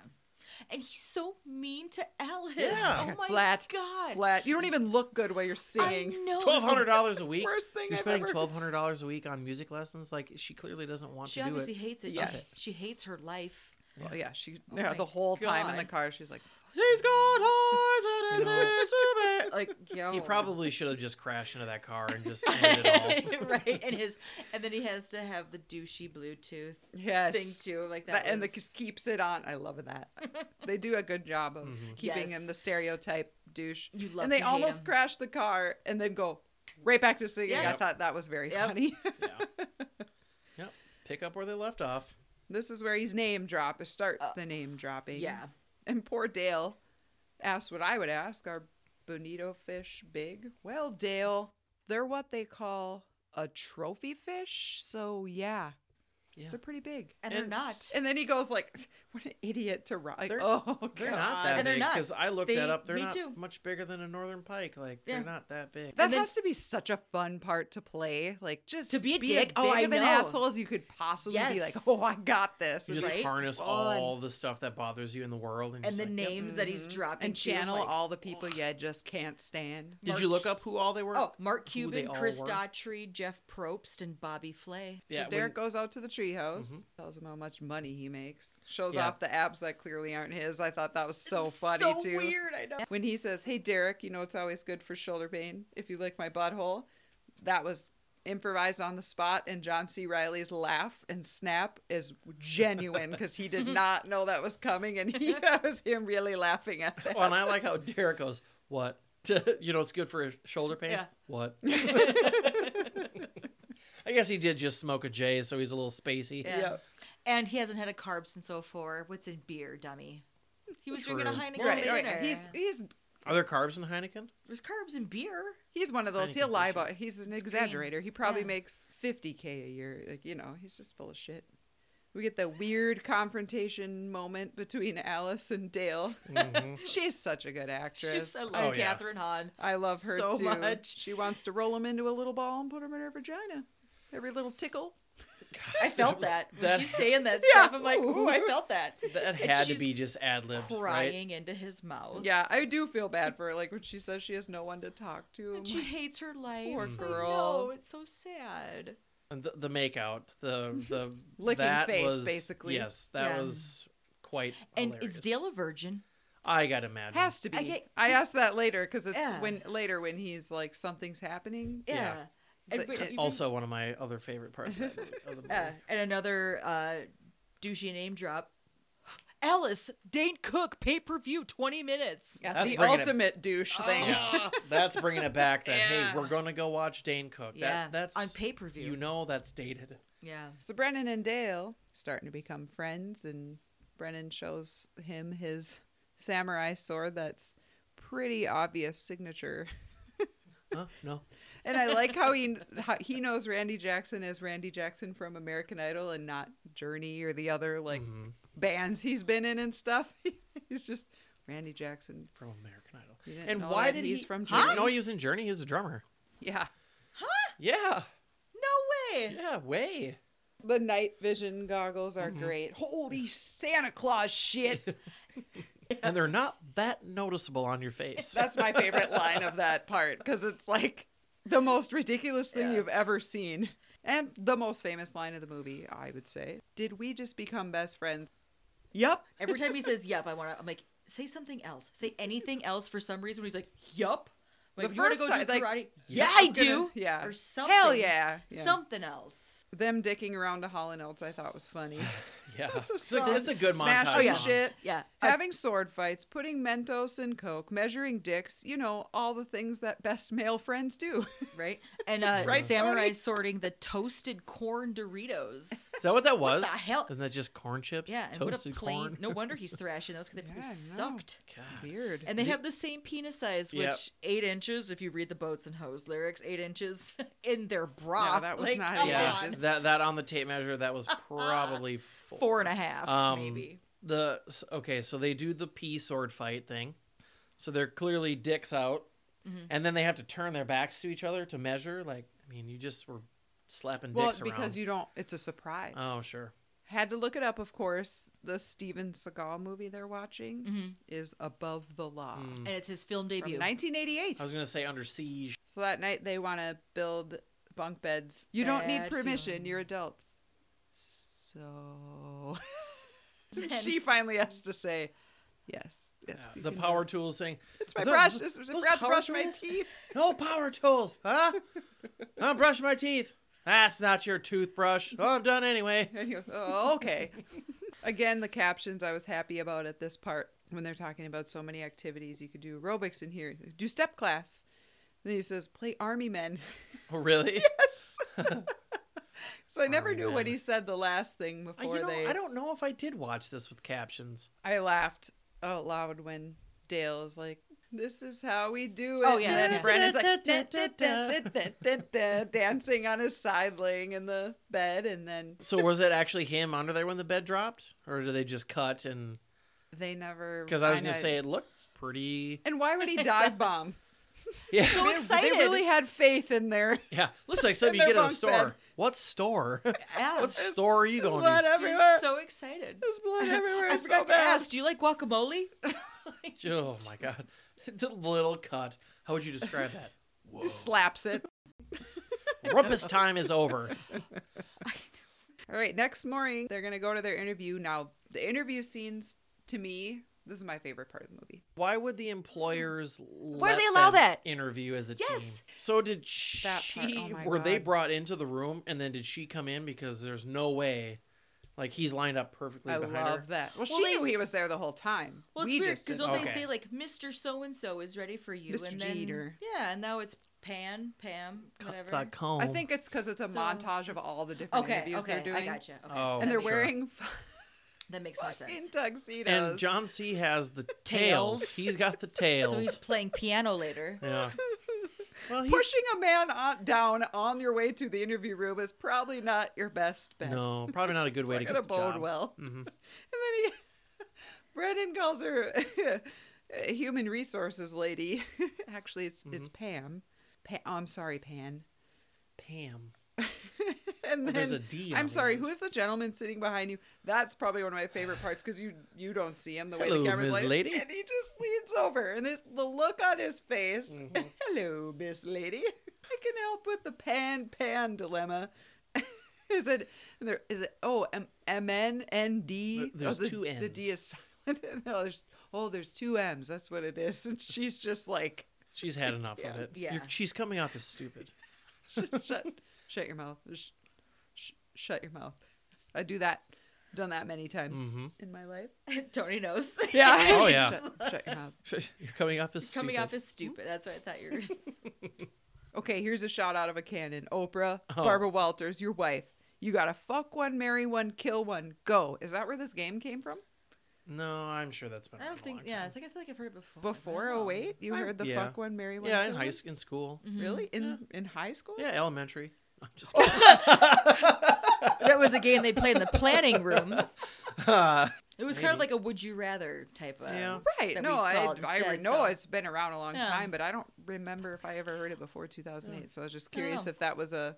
And he's so mean to Alice. Yeah. Oh my Flat, god. Flat. You don't even look good while you're singing. I know. Twelve hundred dollars a week. Worst thing You're I've spending ever- twelve hundred dollars a week on music lessons. Like she clearly doesn't want She to do obviously it. hates it. She- Yes. She, hates her life. Well, yeah, she Oh yeah, my the whole time in the God. car she's like, She's got You [laughs] horses. know? [laughs] like yo. Oh. He probably should have just crashed into that car and just ended it [laughs] all. right. And his and then he has to have the douchey Bluetooth yes. thing too. Like that. That- and the was- keeps it on. I love [laughs] that. they do a good job of keeping him Yes. the stereotype douche. You love and they to hate almost him. crash the car and then go right back to singing. Yeah. I thought that was very Yep. funny. [laughs] Yeah. Yep. Pick up where they left off. this is where he's name drop. It starts the name dropping. Uh, Yeah. And poor Dale asked what I would ask. Are bonito fish big? Well, Dale, they're what they call a trophy fish. So yeah, Yeah. they're pretty big. And, they're And not. And then he goes like, [laughs] "What an idiot to rock!" Like, They're- oh, [laughs] They're God. not that And they're big not. because I looked They- that up. They're me not too. much bigger than a northern pike. Like Yeah. they're not that big. That And then- has to be such a fun part to play. Like just To be a as dick? big Oh, I of an know. asshole as you could possibly be. Like, Yes. oh, I got this. you It's just like- right? harness On. all the stuff that bothers you in the world. And, And the just like, yep. names that mm-hmm. he's dropping and too, I'm channel like, all the people you just can't stand. Did you Mark- look up who all they were? Oh, Mark who they Cuban, all Chris were? Daughtry, Jeff Probst, and Bobby Flay. so Yeah, when- Mm-hmm. Derek goes out to the treehouse, tells him how much money he makes, shows Yeah. off the abs that clearly aren't his. I thought that was so funny so too. weird. I know. When he says, "Hey Derek, you know it's always good for shoulder pain if you lick my butthole," that was improvised on the spot, and John C. Riley's laugh and snap is genuine because he [laughs] did not know that was coming, and he [laughs] that was him really laughing at that. Well, and I like how Derek goes, "What?" [laughs] To, you know, it's good for his shoulder pain. Yeah. What? [laughs] I guess he did just smoke a J, so he's a little spacey. Yeah. And he hasn't had a carb since 04. What's in beer, dummy? He was drinking a True. Heineken Right, right. lager. He's he's Are there carbs in Heineken? There's carbs in beer. he's one of those. He'll Heineken's lie a shit. about. He's an It's exaggerator. He probably Yeah. makes fifty k a year. Like you know, he's just full of shit. We get the weird confrontation moment between Alice and Dale. Mm-hmm. [laughs] She's such a good actress. She's I Oh, love yeah. Catherine Hahn. I love her so too. much. She wants to roll him into a little ball and put him in her vagina. Every little tickle. [laughs] I felt was- That, when That- [laughs] she's saying that Yeah. stuff, I'm like, ooh, I felt that. That And had to she's be just ad libbed, right? Crying into his mouth. Yeah, I do feel bad for her. Like when she says she has no one to talk to. I'm And she hates her life. Poor Mm-hmm. I girl. know, it's so sad. And the, the makeout, the [laughs] the Licking that face, was- basically. Yes, that Yeah. was quite. And hilarious. is Dale a virgin? I gotta imagine. like, has to be. I I, get- asked that later because it's Yeah. when later when he's like something's happening. Yeah. And, But wait, it- even- also one of my other favorite parts of, that movie- of the [laughs] movie. uh, and another uh, douchey name drop. Alice Dane Cook pay per view twenty minutes. Yeah, That's the bringing it- ultimate douche thing. Yeah. that's bringing it back. That Yeah. hey, we're gonna go watch Dane Cook. Yeah, that, that's on pay-per-view. You know that's dated. Yeah, So Brennan and Dale starting to become friends, and Brennan shows him his samurai sword. That's pretty obvious signature. Huh? No. And I like how he how he knows Randy Jackson as Randy Jackson from American Idol and not Journey or the other like bands he's been in and stuff. [laughs] he's just Randy Jackson. From American Idol. You didn't And know why that did he's he? from Journey? Journey? No, he was in Journey. He was a drummer. Yeah. Yeah. no way. Yeah. Way. The night vision goggles are great. Holy Santa Claus shit. And they're not that noticeable on [laughs] your face. That's my favorite line of that part because it's like the most ridiculous thing Yeah. you've ever seen. And the most famous line of the movie, I would say. Did we just become best friends? Yup. Every time he says "Yep," I want to. I'm like, say something else. Say anything else for some reason. He's like, "Yup." I'm Like, The you wanna first go do time, like, karate? yeah, yeah, I I was gonna- do. yeah. or Hell something. yeah, yeah. something else. Them dicking around to Hall and Oates, I thought was funny. yeah. [laughs] It's a, song. it's a good montage. Smashing song. shit, Yeah, having sword fights, putting Mentos in Coke, measuring dicks, you know, all the things that best male friends do. [laughs] right. And uh, Right, samurai Tony? sorting the toasted corn [laughs] Doritos. Is that what that was? the hell? Isn't that just corn chips? Yeah, and what a Toasted plain. corn. No wonder he's thrashing those because they Yeah, probably I know. sucked. God. Weird. And they have the same penis size, which Yep. eight inches, if you read the boats and hose lyrics, eight inches [laughs] in their bra. No, that was Like, not come eight Yeah. on. inches. That that on the tape measure that [laughs] was probably four. Four and a half, Um, maybe. The s- okay, so they do the pea sword fight thing. So they're clearly dicks out, Mm-hmm. and then they have to turn their backs to each other to measure. Like, I mean, you just were slapping well, dicks because around. you don't, it's a surprise. Oh sure. Had to look it up, of course. The Steven Seagal movie they're watching Mm-hmm. is Above the Law Mm. And it's his film from debut. 1988. I was gonna say [laughs] under siege. So that night they want to build bunk beds. You don't need Bad permission. feeling. You're adults. So she finally has to say, "Yes, yes." Yeah, you the can do power it." tools thing. It's my Tho- brush. tho- It's my those breath power brush my tools? teeth. No power tools, [laughs] huh? I'm brushing my teeth. That's not your toothbrush. Oh, I'm [laughs] done anyway. And he goes, "Oh, okay." [laughs] Again, the captions I was happy about at this part when they're talking about so many activities you could do aerobics in here, do step class. Then he says, "Play army men." [laughs] Oh, really? So I never Army knew what men. he said the last thing I, before you know, they. I don't know if I did watch this with captions. I laughed out loud when Dale is like, "This is how we do it." Oh, yeah, and yeah. then Brennan's like "Da, da, da, da, da, da," [laughs] dancing on his side, laying in the bed, and then So was it actually him under there when the bed dropped, or did they just cut and? they never. Because I was find gonna out- say it looked pretty. And why would he dive bomb? [laughs] Yeah, [laughs] they, excited. They really had faith in their. yeah. Looks [laughs] like something In you get their at a bunk store. bed. What store? [laughs] Yeah. what store are you there's going whatever. to? She's everywhere. so excited. There's [laughs] blood everywhere. [laughs] I it's forgot so to bad. ask, do you like guacamole? See? [laughs] Oh my god, [laughs] the little cut. How would you describe that? Slaps it. [laughs] Rumpus time is over. All right, next morning they're gonna go to their interview. Now the interview scenes to me This is my favorite part of the movie. Why would the employers Why do let they allow them that? interview as a team? Yes. So did That she? part, oh my were they God. brought into the room and then did she come in because there's no way, like he's lined up perfectly I behind love her. that. Well, Well, she they knew he was s- there the whole time. Well, it's we weird just because didn't. don't they Okay. say like Mr. So and So is ready for you, Mr. and then Jeter. yeah, and now it's Pan, Pam, Co- whatever. It's not comb. I think it's because it's a So- montage of all the different okay, interviews okay, they're doing, I gotcha. Okay. Oh, and they're sure. [laughs] wearing that makes more sense. [laughs] fucking tuxedos. And John C has the tails. Tails. he's [laughs] got the So he's tails. playing piano later. [laughs] yeah. Well, he's pushing a man on, down on your way to the interview room is probably not your best bet. no, probably not a good way Not to gonna get the bode job. well. [laughs] Mhm. And then he, Brennan calls her [laughs] a human resources lady. [laughs] Actually, it's Mm-hmm. it's Pam. Pa- oh, I'm sorry, Pan. Pam. [laughs] And Well, then there's a D on I'm the sorry. end. Who is the gentleman sitting behind you? That's probably one of my favorite parts because you you don't see him the way Hello, the camera's Miss like. Lady. And he just leans over, and this the look on his face. Mm-hmm. [laughs] Hello, Miss Lady. I can help with the pan pan dilemma. [laughs] is it and there is it? Oh, M M N N D. There- there's oh, the, two The D is [laughs] Ns. silent. no, there's oh, there's two M's. That's what it is. And she's just like, She's had enough of Yeah. it. Yeah. You're- she's coming off as stupid. [laughs] shut shut your mouth. Sh- sh- shut your mouth. I do that. Done that many times Mhm. in my [laughs] life. Tony knows. [laughs] [laughs] Yeah. Oh, yeah. Shut, shut your mouth. You're coming off as Coming stupid. off as stupid. That's what I thought you [laughs] were. Okay, here's a shot out of a cannon. Oprah, Oh. Barbara Walters, your wife. You gotta fuck one, marry one, kill one, go. Is that where this game came from? No, I'm sure that's been. I around don't a think. long Yeah, time. it's like I feel like I've heard it before. but I Before don't know. 08? You I- heard the yeah. fuck one, marry one? Yeah, kill in high one? sc- in school. Mm-hmm. Really? In in high school? Yeah, elementary. [laughs] I'm [laughs] just kidding. That was a game they played in [laughs] the planning room. Uh, It was kind of Maybe. like a would you rather type of. Yeah. Right. that we no, I, called I instead, re- know so. it's been around a long Yeah. Mm. time, but I don't remember if I ever heard it before 2008. So I was just I don't curious know. if that was a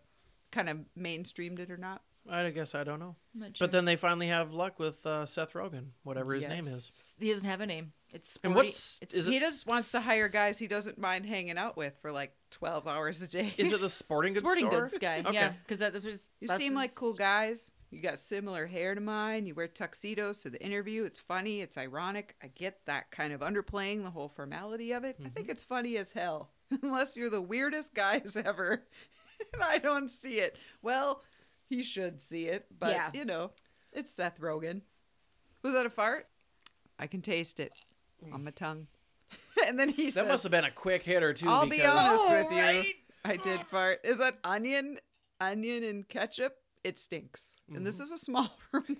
kind of mainstreamed it or not. I guess I don't know. I'm not sure. But then they finally have luck with uh, Seth Rogen, whatever his name is. Yes. he doesn't have a name. It's sporty. And what's it's is he it? just wants to hire guys he doesn't mind hanging out with for like 12 hours a day. Is [laughs] it the sporting goods sporting store? goods guy. Okay. Yeah, because that, that was. You that's seem like his- cool guys. You got similar hair to mine. You wear tuxedos to the interview. It's funny. It's ironic. I get that kind of underplaying the whole formality of it. I Mm-hmm. think it's funny as hell. [laughs] Unless you're the weirdest guys [laughs] ever. and I don't see it. Well, he should see it, but Yeah. you know, it's Seth Rogen. Was that a fart? I can taste it on my tongue. [laughs] and then he That says, must have been a quick hitter too. I'll because be honest with you. I did fart. Is that onion, onion and ketchup? It stinks. And Mm-hmm. this is a small [laughs] room.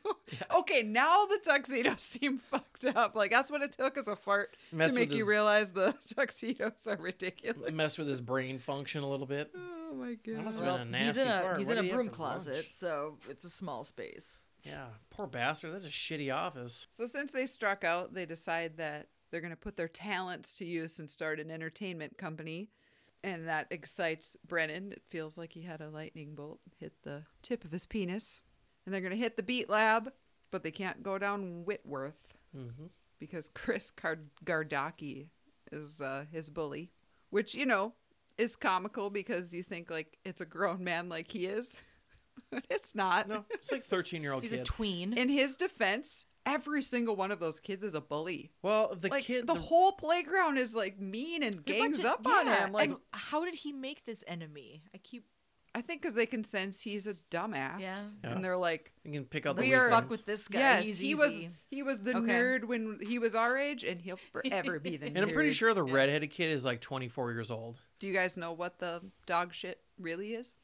okay, now the tuxedos [laughs] seem fucked up. Like that's what it took as a fart to Mess with Mm. make you his- realize the [laughs] tuxedos are ridiculous. Mess with his brain function a little bit. Oh my That must god. have been Well, a he's nasty in a fart. he's What in a do you have broom for closet, lunch? so it's a small space. Yeah, poor bastard. That's a shitty office. So since they struck out, they decide that they're going to put their talents to use and start an entertainment company. And that excites Brennan. It feels like he had a lightning bolt hit the tip of his penis. And they're going to hit the Beat Lab, but they can't go down Whitworth because [laughs] Chris Gard- Gardaki is uh, his bully, which, you know, is comical because you think like it's a grown man like he is, [laughs] but it's not. No, it's like thirteen-year-old He's kid. a tween. In his defense, every single one of those kids is a bully. well, the like kid, the, whole playground is like mean and A bunch gangs of- up on yeah, him. Like and how did he make this enemy? I keep I think because they can sense he's a dumbass, Yeah. Yeah. and they're like, you can pick out the We weak are- fuck ones. with this guy. yes, he's he easy. was he was the Okay. nerd when he was our age, and he'll forever be [laughs] the nerd. And I'm pretty sure the redheaded kid is like 24 years old. Do you guys know what the dog shit really is?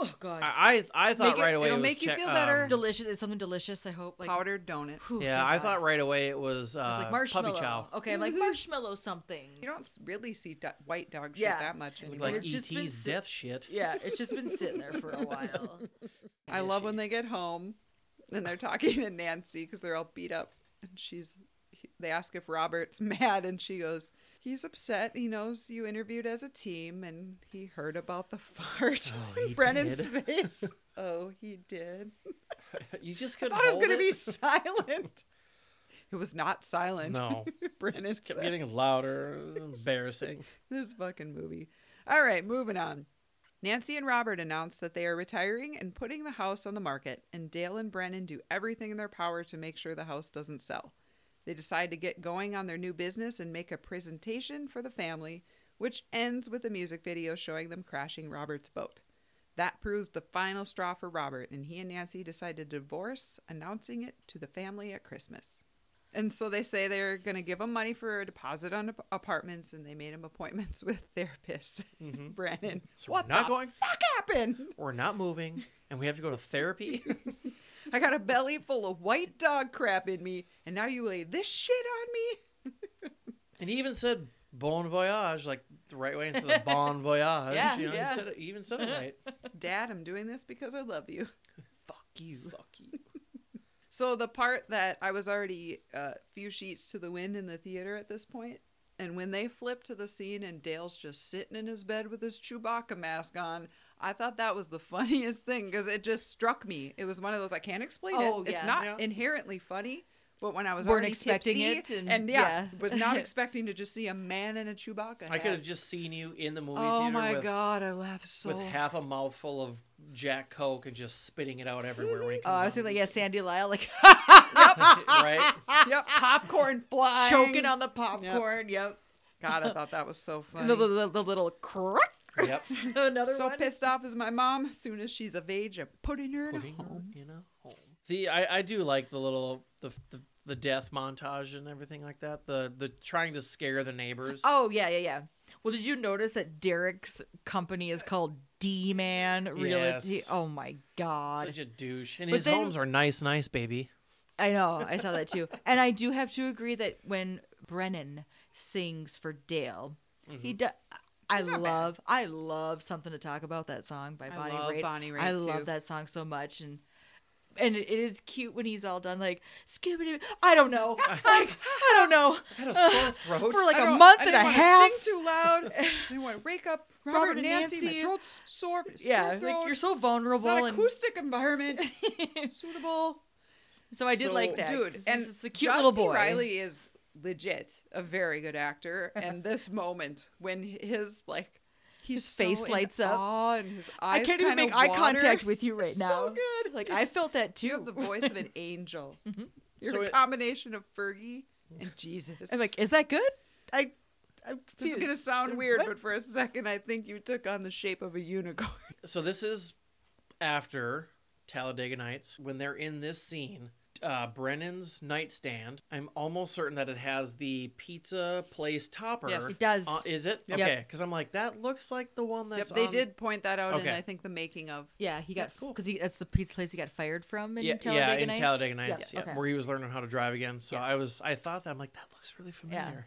Oh god, I I, I thought Make it- right away it'll it was make you che- feel better. um, delicious. It's something delicious. I hope. Like Powdered donut. whew, yeah, thank I Oh God. thought right away it was, uh, It's like puppy marshmallow. chow. Oh, Okay, I'm like marshmallow something. Mm-hmm. You don't s- really see do- white dog shit Yeah. that much anymore. Like It's just been ET's sit- death shit. Yeah, it's just been sitting there for a while. [laughs] I love when they get home and they're talking to Nancy because they're all beat up. And she's, he- they ask if Robert's [laughs] mad. And she goes, He's upset. He knows you interviewed as a team and he heard about the [laughs] fart. Oh, in he Brennan's [laughs] face. Oh, he did. You just couldn't. thought it was hold going to be [laughs] silent. It was not silent. No. [laughs] Brennan It kept says. getting louder. It [laughs] was embarrassing. this fucking movie. All right, moving on. Nancy and Robert announce that they are retiring and putting the house on the market, and Dale and Brennan do everything in their power to make sure the house doesn't sell. They decide to get going on their new business and make a presentation for the family, which ends with a music video showing them crashing Robert's boat. That proves the final straw for Robert, and he and Nancy decide to divorce, announcing it to the family at Christmas. And so they say they're going to give him money for a deposit on ap- apartments, and they made him appointments [laughs] with therapists. [laughs] Brandon, Mm-hmm. So what we're not the going. fuck happened? [laughs] We're not moving, and we have to go to therapy. I got a belly full of white dog crap in me, and now you lay this shit on me? and he even said "bon voyage" like the right way [laughs] instead of "bon voyage." Yeah, you know, yeah. He, said it, he even said it right. Dad, I'm doing this because I love you. Fuck you. Fuck you. So the part that I was already a few sheets to the wind in the theater at this point, and when they flipped to the scene and Dale's just sitting in his bed with his Chewbacca mask on, I thought that was the [laughs] funniest thing because it just struck me. It was one of those I can't explain Oh, it. It's yeah. not Yeah. inherently funny, but when I was Weren't already expecting tipsy it, and- yeah, yeah. was not expecting to just see a man in a Chewbacca. I hat. could have just seen you in the movie Oh theater my with, god, I laughed so. with half a mouthful of Jack Coke and just spitting it out everywhere. When he Oh, I was comes thinking, on. like, yeah, Sandy Lyle, like right? yep, popcorn flying. [laughs] choking on the popcorn. Yep. God, I thought that was so [laughs] The, funny. the, the little crack. [laughs] Yep. Another so one. pissed off is my mom. As soon as she's of age, I'm putting her in a Putting her home. in a home. The I, I do like the little the, the the death montage and everything like that. The the trying to scare the neighbors. Oh yeah, yeah, yeah. Well, did you notice that Derek's company is called D Man Realty? Yes. Oh my god. Such a douche. And But his then- homes are nice, nice, baby. I know. I saw that too. And I do have to agree that when Brennan sings for Dale, he does. I Mm-hmm. not bad. love, I love something to talk about that song I by Bonnie love Raitt. Bonnie Raitt, I too. love that song so much, and and it is cute when he's all done like skibbity. I [laughs] don't know, like I don't know [laughs] I had a sore throat. for like I a don't- month I and didn't a wanna half. Sing too loud. [laughs] [laughs] I didn't want to wake up Robert, Robert and and Nancy. My Nancy. throat's sore. Yeah, sore like throat. you're so It's vulnerable. not and acoustic [laughs] environment. Suitable, so I did So- like that, dude. 'cause And it's a cute John little C. boy. Riley is legit a very good [laughs] actor. And this moment when his like his face lights up. and his I eyes can't even kinda make eye water. contact with you right It's [laughs] now. So good. Like I felt that too. You have the voice of an [laughs] angel. Mm-hmm. You're So a it- combination of Fergie and Jesus. I'm like, is that good? I, I'm this is confused. gonna sound weird, What? but for a second, I think you took on the shape of a unicorn. so this is after Talladega Nights when they're in this scene. Uh, Brennan's nightstand. I'm almost certain that it has the pizza place topper. Yes, it does. Uh, is it Yep. okay? Because I'm like that looks like the one that's. Yep, [laughs] they on- did point that out in Okay. I think the making of. yeah, he got cool. because that's the pizza place he got fired from in Yeah, Talladega yeah, in Nights. Talladega Nights, Yes, yeah, okay. where he was learning how to drive again. So Yeah. I was, I thought that I'm like that looks really familiar.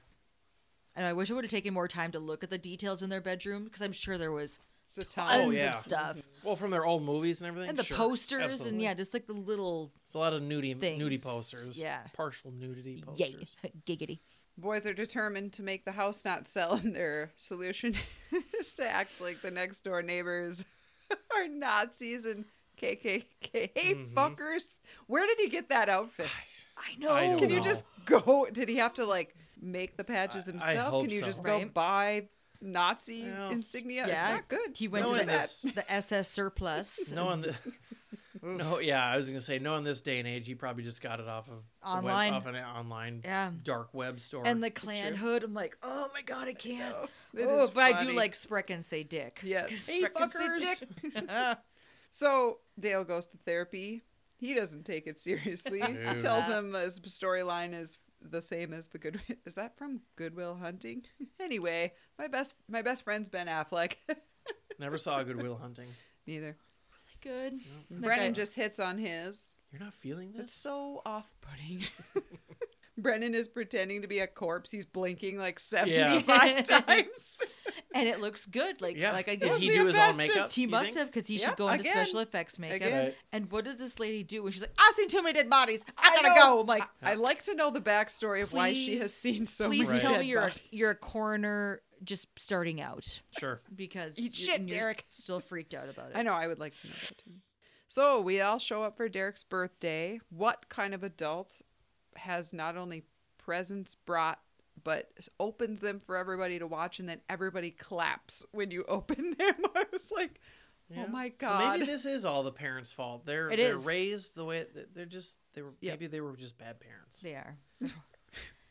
And I wish I would have taken more time to look at the details in their bedroom because I'm sure there was It's a time. tons yeah. of stuff Well, from their old movies and everything, and the Sure, posters and absolutely. yeah, just like the little it's a lot of nudie, nudie things, posters, yeah. partial nudity yay posters. [laughs] giggity. Boys are determined to make the house not sell, [laughs] and their solution [laughs] is to act like the next door neighbors [laughs] are Nazis and KKK fuckers. Where did he get that outfit? I know. Mm-hmm. I don't Can you know. just go? [laughs] Did he have to like make the patches I- I himself? hope Can you so. just go Right. buy Nazi Well, insignia? yeah, it's not good. He went No, to and the, this- the SS [laughs] surplus No, [laughs] on the no, yeah, I was gonna say no. In this day and age, you probably just got it off of the web- Online. off an online Yeah. dark web store. and the clan hood. I'm like, oh my god, I can't. It Oh, is but I do funny. like Sprecken say dick. [laughs] Yes. Hey, Fucking say fuckers. dick. [laughs] so Dale goes to therapy. He doesn't take it seriously. No. He tells him his storyline is the same as the good. [laughs] Is that from Goodwill Hunting? [laughs] anyway, my best my best friend's Ben Affleck. [laughs] never saw Goodwill Hunting. Neither. Good. Brennan just hits on his. You're not feeling That's this. so off putting. [laughs] Brennan is pretending to be a corpse. He's blinking like 75 [laughs] times. and it looks good. Like yeah, like I did guess he the do his own bestest. makeup? he you must think? have because he Oh, Yeah, should go into again. special effects makeup. Again. Right. And what did this lady do? When she's like, I've seen too many dead bodies. I, I gotta know. go. I'm like, I like to know the backstory of why she has "Please- seen so Please many. tell dead me you're a, bodies." you're a coroner just starting out Sure. because Eat you- shit, and you're Derek. Still freaked out about it. I know. I would like to know that too. So we all show up for Derek's birthday. What kind of adult has not only presents brought but s- opens them for everybody to watch, and then everybody claps when you [laughs] open them? I was like, Yeah. oh my So god. maybe this is all the parents' fault. They're It they're is. raised the way they're just they were Yeah. maybe they were just bad parents. They are.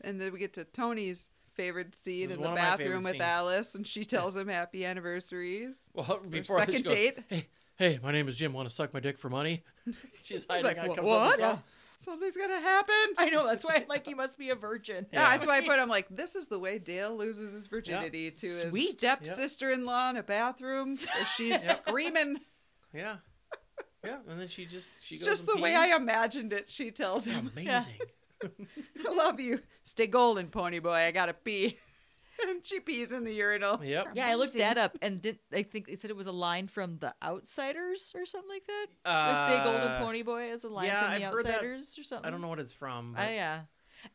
And then we get to Tony's favorite scene This is in the one of my favorite bathroom with scenes. Alice, and [laughs] she tells him happy anniversaries. Well, their before second she goes, date. Hey, hey, my name is Jim. Want to suck my dick [laughs] for money? She's He's hiding. like, out, "Wha- comes up what? and saw- Something's gonna happen. I know that's why I'm like he must be a virgin. Yeah, Yeah. that's why I put. I'm like, this is the way Dale loses his virginity to Sweet. his stepsister-in-law in a bathroom. as [laughs] She's screaming. Yeah, yeah. And then she just she It's goes just and the way I pees. imagined it. She tells him, [laughs] Amazing. Yeah. "I love you, stay golden, pony boy. I gotta pee." [laughs] and she pees in the urinal. Yep. Yeah, I looked that up and did I think it said it was a line from The Outsiders or something like that? The Stay Golden Uh, Pony Boy is a line yeah, from The I've heard that. Outsiders or something. I don't know what it's from. I, uh, but- yeah.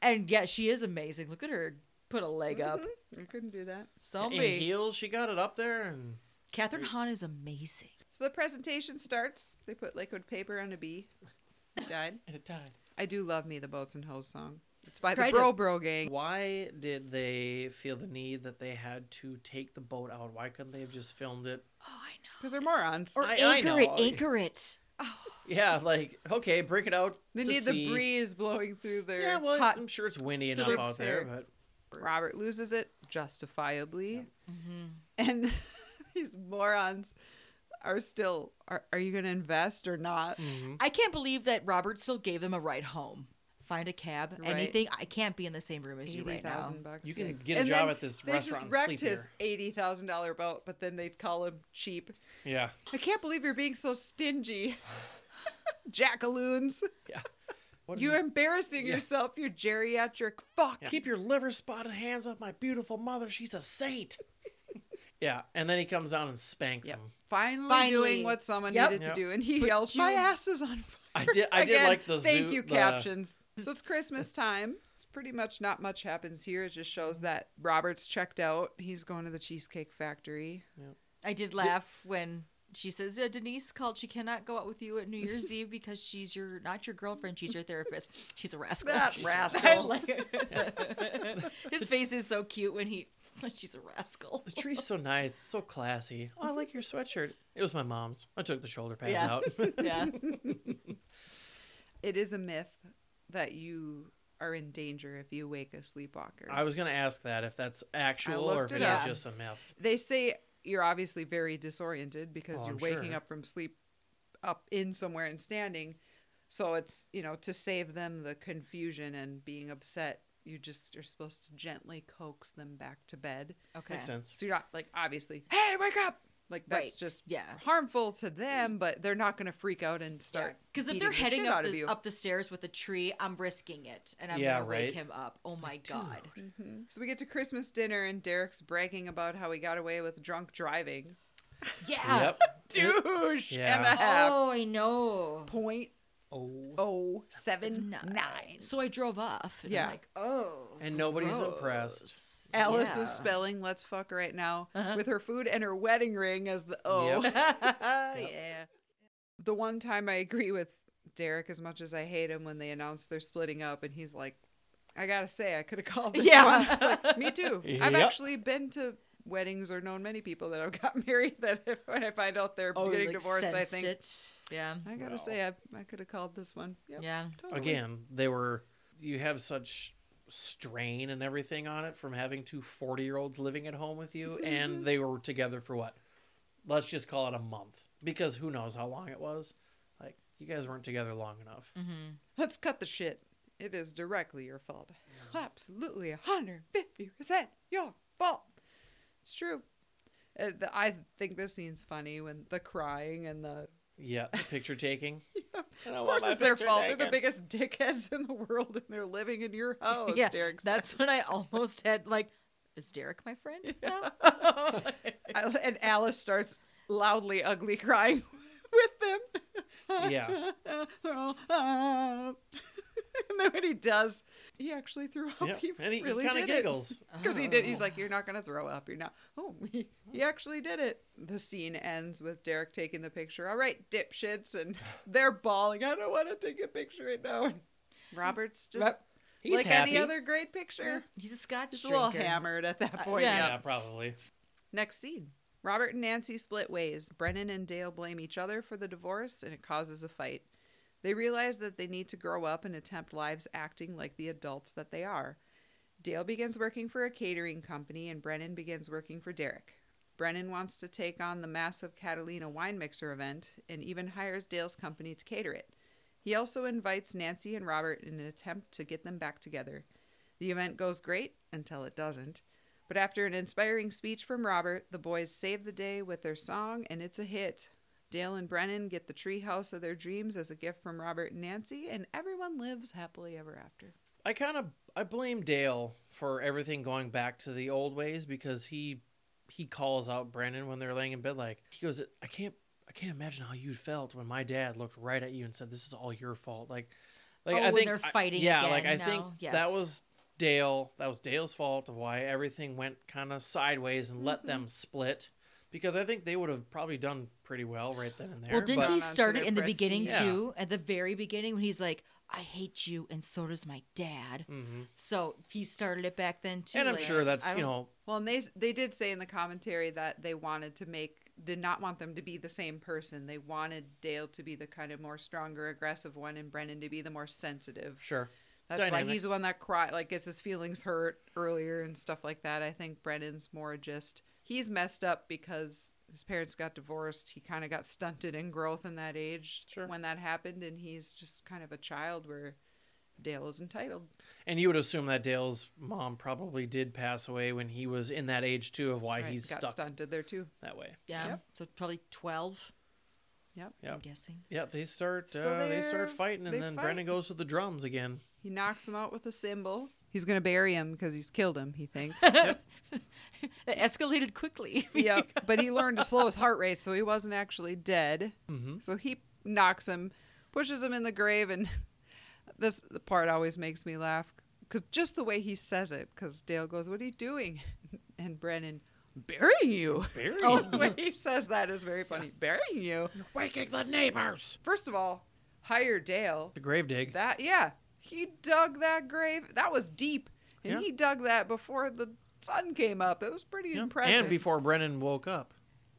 And yeah, she is amazing. Look at her put a leg up. I couldn't do that. in Zombie. heels, she got it up there, and Catherine Hahn is amazing. So the presentation starts. They put liquid paper on a bee. He died. and it died. I do love me the boats and hose song. It's by Try the to- Bro Bro Gang. Why did they feel the need that they had to take the boat out? Why couldn't they have just filmed it? Oh, I Because they're morons. Or I- I anchor it, know. anchor it. Yeah, like okay, break it out. They to need sea. the breeze blowing through their Yeah, well, hot I'm sure it's windy enough ships out there, there. but Robert loses it justifiably, Mm-hmm. and [laughs] these morons are still. Are, are you going to invest or not? Mm. I can't believe that Robert still gave them a ride home. Find a cab, Right. anything. I can't be in the same room as you Eighty right now. thousand bucks. You can yeah. get a And job then at this they restaurant just and wrecked sleep his here. eighty thousand dollar boat, but then they'd call him cheap. yeah, I can't believe you're being so [sighs] stingy, jackaloons. yeah. What did You're embarrassing Yeah. yourself. You geriatric fuck. Yeah. Keep your liver spotted hands off my beautiful mother. She's a saint. [laughs] yeah, and then he comes down and spanks Yep. him. Finally, Finally. doing what someone Yep. needed Yep. to do, and he yells, "My you- ass is on fire!" I did- I did Again, like the Thank zoo- you the- captions. So [laughs] it's Christmas time. It's pretty much not much happens here. It just shows that Robert's checked out. He's going to the Cheesecake Factory. I did laugh when she says uh, Denise called. She cannot go out with you at New Year's Eve because she's your not your girlfriend. She's your therapist. She's a rascal. That She's a rascal. I like it. [laughs] His face is so cute when he. [laughs] She's a rascal. The tree's so nice, it's so classy. Oh, I like your sweatshirt. It was my mom's. I took the shoulder pads Yeah. out. [laughs] Yeah. It is a myth that you are in danger if you wake a sleepwalker. I was gonna ask that if that's actual or looked if it it up. is just a myth. they say you're obviously very disoriented because Oh, you're I'm waking sure. up from sleep up in somewhere and standing so it's you know to save them the confusion and being upset you just are supposed to gently coax them back to bed Okay. [laughs] Makes sense. so you're not like obviously hey wake up like that's Right. just Yeah. harmful to them but they're not going to freak out and start Because if beating they're the heading shit up out of the, you. up the stairs with a tree, I'm risking it, and I'm Yeah, gonna right. wake him up. Oh my god. [laughs] Mm-hmm. so we get to christmas dinner and derek's bragging about how he got away with drunk driving Yeah. Yep. douche and a Yeah. half Oh, I know. point Oh. oh seven nine. So I drove off. And Yeah. I'm like, oh. And nobody's gross. impressed. Alice Yeah. Uh-huh. is spelling "Let's fuck" right now with her food and her wedding ring as the O. [laughs] Yep. yeah. The one time I agree with Derek as much as I hate him when they announce they're splitting up, and he's like, "I gotta say, I could have called this Yeah. one." I was like, Me [laughs] too. I've Yep. actually been to weddings or known many people that have got [laughs] married that if, when I find out they're Oh, getting like, divorced, I sensed think It. Yeah. I gotta say I, I could have called this one. Yep, Yeah. totally. Again, they were. You have such strain and everything on it from having two 40 year olds living at home with you, Mm-hmm. and they were together for what? Let's just call it a month because who knows how long it was. Like, you guys weren't together long enough. Mm-hmm. Let's cut the shit. It is directly your fault. Absolutely, a 150% your fault. It's true. Uh, the, I think this scene's funny when the crying and the. Yeah, the [laughs] picture taking. Of course, it's their fault. They're the biggest dickheads in the world, and they're living in [laughs] your house. yeah. Oh, Derek That's says. when I almost had like, is Derek my [laughs] friend? now? I- and Alice starts loudly, ugly crying [laughs] with them. Yeah. They're all, "Ah." [laughs] and then when he does, he actually threw up. Yeah. He And he, really kind of did it. giggles. Because he did. He's like, you're not gonna throw up. You're not. Oh, [laughs] he, he actually did it. The scene ends with Derek taking the picture. All right, dipshits, and [laughs] they're bawling. I don't want to take a picture right now. And Robert's just Rob- He's like happy. any other great picture. He's a Scotch Just a drinker. little hammered at that point. yeah. Yeah, probably. Next scene. Robert and Nancy split ways. Brennan and Dale blame each other for the divorce, and it causes a fight. They realize that they need to grow up and attempt lives acting like the adults that they are. Dale begins working for a catering company and Brennan begins working for Derek. Brennan wants to take on the massive Catalina wine mixer event and even hires Dale's company to cater it. He also invites Nancy and Robert in an attempt to get them back together. The event goes great until it doesn't. But after an inspiring speech from Robert, the boys save the day with their song and it's a hit. Dale and Brennan get the treehouse of their dreams as a gift from Robert and Nancy, and everyone lives happily ever after. I kind of I blame Dale for everything going back to the old ways because he he calls out Brandon when they're laying in bed like he goes I can't I can't imagine how you felt when my dad looked right at you and said this is all your fault like like Oh, I when think they're I- fighting yeah again like I now. think Yes. that was Dale that was Dale's fault of why everything went kind of sideways and Mm-hmm. let them split because I think they would have probably done pretty well right then and there Well, didn't but he Down onto start it their in the beginning prestige. too? At the very beginning, when he's like, "I hate you, and so does my dad." Mhm. So he started it back then too. and I'm like, sure that's I you don't- know Well, and they they did say in the commentary that they wanted to make did not want them to be the same person. They wanted Dale to be the kind of more stronger, aggressive one, and Brennan to be the more sensitive. sure That's why he's Dynamics. the one that cry like gets his feelings hurt earlier and stuff like that. I think Brennan's more just he's messed up because his parents got divorced. He kind of got stunted in growth in that age Sure. when that happened, and he's just kind of a child where Dale is entitled. And you would assume that Dale's mom probably did pass away when he was in that age too of why Right, he's got stuck stunted there too. that way. Yeah. Yep. So probably twelve. Yep. Yeah. I'm guessing. Yeah, they start So uh, they they're- start fighting and they then fight. Brendan goes to the drums again. He knocks him out with a cymbal. He's gonna bury him because he's killed him. He thinks. It escalated [laughs] [laughs] quickly. yep. But he learned to slow his heart rate, so he wasn't actually dead. Mhm. So he knocks him, pushes him in the grave, and [laughs] this part always makes me laugh because just the way he says it. Because Dale goes, "What are you doing?" [laughs] And Brennan, "Burying you." Bury Oh, [laughs] the way he says that is very funny. Burying you. waking the neighbors. First of all, hire [laughs] Dale. The grave dig. That yeah, he dug that grave. That was deep, and Yeah. he dug that before the sun came up. That was pretty Yeah. impressive. And before Brennan woke up.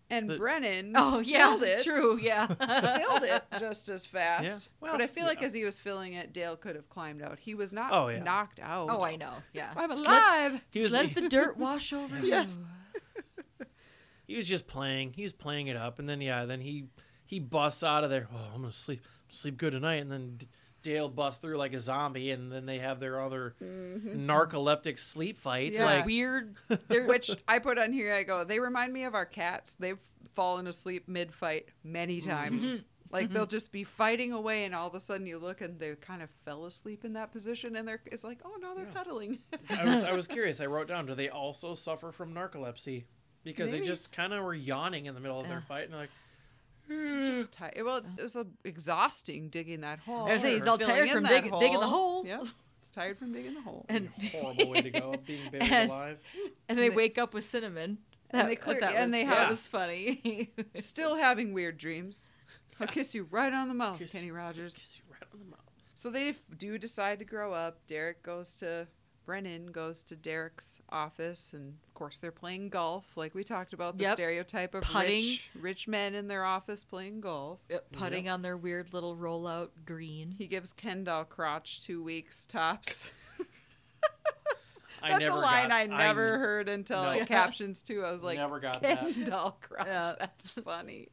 And the- Brennan Oh [laughs] yeah. filled it, True. Yeah. [laughs] filled it just as fast. Yeah. Well, but I f- feel like yeah. as he was filling it, Dale could have climbed out. He was not Oh, yeah. knocked out. oh, I know. Yeah. I'm Just alive. Let, just [laughs] let the dirt wash [laughs] over Yes. you. He was just playing. He was playing it up and then yeah, then he he busts out of there. Oh, I'm going to sleep sleep good tonight and then D- Dale busts through like a zombie and then they have their other narcoleptic sleep fight. Mm-hmm. Yeah. Like Weird. They're, [laughs] Which I put on here. I go. They remind me of our cats. They've fallen asleep mid fight many times. Mm-hmm. Like they'll just be fighting away, and all of a sudden you look and they kind of fell asleep in that position, and they're it's like, oh no, they're cuddling. [laughs] I was I was curious. I wrote down, do they also suffer from narcolepsy? Because Maybe. they just kind of were yawning in the middle of their Ugh. fight, [laughs] and they're like, Mm. just tired. Well, it was a exhausting digging that hole. I was gonna say, he's or all filling tired in from that dig- digging the hole. Yep, he's tired from digging the hole. and horrible way to go, being buried And- alive. and they they- wake up with cinnamon. And That- they clear- that and was- they that have- was funny. [laughs] Still having weird dreams. I'll kiss you right on the mouth, Kiss Kenny Rogers. Kiss you right on the mouth. So they f- do decide to grow up. Derek goes to Brennan goes to Derek's office, and of course they're playing golf, like we talked about the Yep. stereotype of Putting. rich rich men in their office playing golf. putting on their weird little rollout green. He gives Kendall crotch two weeks tops. I That's never a line got- I never n- heard until No. like, captions too. I was like, Never got that. Kendall Crush. Yeah. [laughs] That's funny.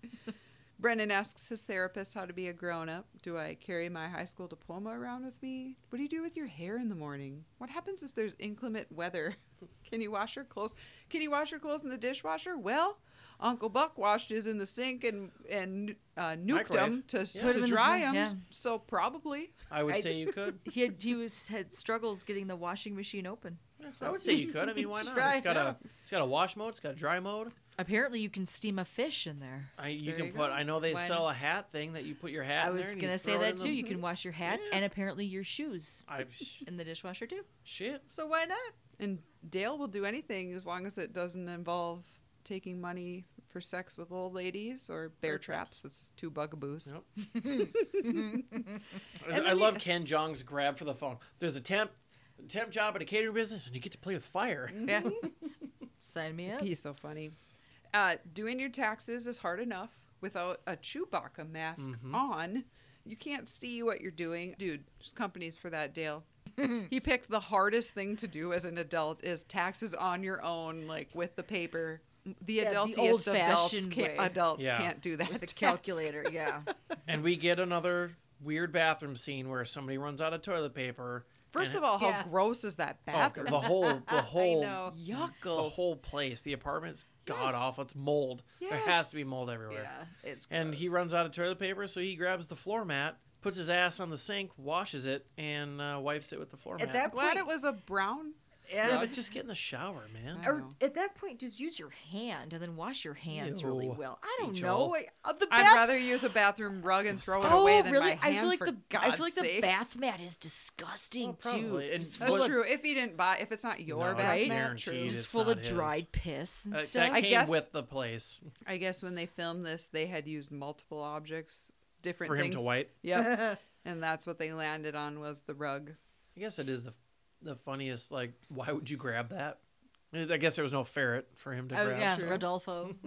Brennan asks his therapist how to be a grown up. Do I carry my high school diploma around with me? What do you do with your hair in the morning? What happens if there's inclement weather? [laughs] Can you wash your clothes? Can you wash your clothes in the dishwasher? Well, Uncle Buck washed his in the sink and and uh, nuked them Microwave. to, Put Yeah. 'em to in the dry fri- them. yeah. So probably. I would I- say you could. He had he was had struggles getting the washing machine open. I would say you could. I mean, why not? Try It's got a it. it's got a wash mode. It's got a dry mode. Apparently, you can steam a fish in there. I you There can you put. go. I know they Why sell a hat thing that you put your hat. I in there was and gonna you say throw it that in too. the- You can wash your hats Yeah. and apparently your shoes I in the dishwasher too. shit. So why not? And Dale will do anything as long as it doesn't involve taking money for sex with old ladies or bear traps. It's two bugaboos. Yep. I, And I then love Ken Jong's grab for the phone. There's a temp temp job at a catering business, and you get to play with fire. Mm-hmm. Yeah. [laughs] Sign me up. He's so funny. Uh, doing your taxes is hard enough without a Chewbacca mask on. You can't see what you're doing. Dude, there's companies for that, Dale. he picked the hardest thing to do as an adult is taxes on your own, like with the paper. The Yeah, the adultiest adults, old-fashioned can't, way. adults Yeah. can't do that. [laughs] with a task. calculator. [laughs] Yeah. and we get another weird bathroom scene where somebody runs out of toilet paper. First of and- all, how Yeah. gross is that Oh, bathroom? [laughs] the whole the whole know. the Yuckles. whole place, the apartment's god Yes. awful. It's mold. There has to be Yes. mold everywhere. yeah. It's And he gross. runs out of toilet paper, so he grabs the floor mat, puts his ass on the sink, washes it, and uh, wipes it with the floor at mat. that Glad point. it was a brown. yeah, yeah, but just get in the shower, man. I Or know. at that point, just use your hand and then wash your hands really Ew. well. I don't Joel. know. I, of the I'd bath- rather use a bathroom rug and throw it oh, away than really? my hand. I feel like for the I God's feel like sake. the bath mat is disgusting Well, too. Oh, probably. And It's That's full of- true. If he didn't buy, if it's not your No, bath I mat, guarantee true. it. It's It's full not of his. dried piss and Uh, stuff. that I came guess- with the place I guess when they filmed this, they had used multiple objects, different for him things. to wipe. [laughs] Yep. and that's what they landed on was the rug. I guess it is the the funniest. Like, why would you grab that? I guess there was no ferret for him to oh, grab. yeah, Sure. Rodolfo. [laughs]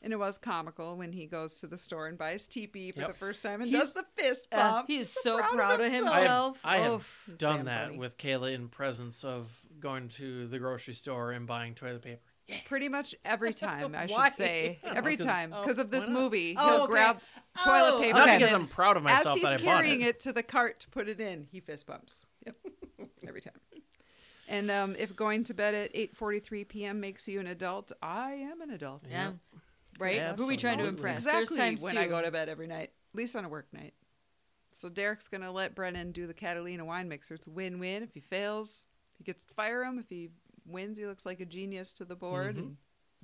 And it was comical when he goes to the store and buys teepee for Yep. the first time and He's- does the fist Uh, bump. he is He's so proud of I have, Self. I have Oof. It's damn done that funny. with Kayla in presence of going to the grocery store and buying toilet paper. Pretty much every time, [laughs] I Why? should say. I don't know, Every 'cause- time. Because of oh, this why not? movie, Oh, he'll okay. grab Oh, toilet paper. Not and because then I'm proud of As myself he's that I bought carrying it. it. to the cart to put it in, he fist bumps. Yep. [laughs] every time. And um, if going to bed at 8.43 p.m. makes you an adult, I am an adult. yeah. Right? Who are we trying to Absolutely. impress? Exactly There's times when too. I go to bed every night, at least on a work night. So Derek's gonna let Brennan do the Catalina wine mixer. It's a win-win. If he fails, he gets to fire him. If he wins, he looks like a genius to the board. Mm-hmm. Mhm. And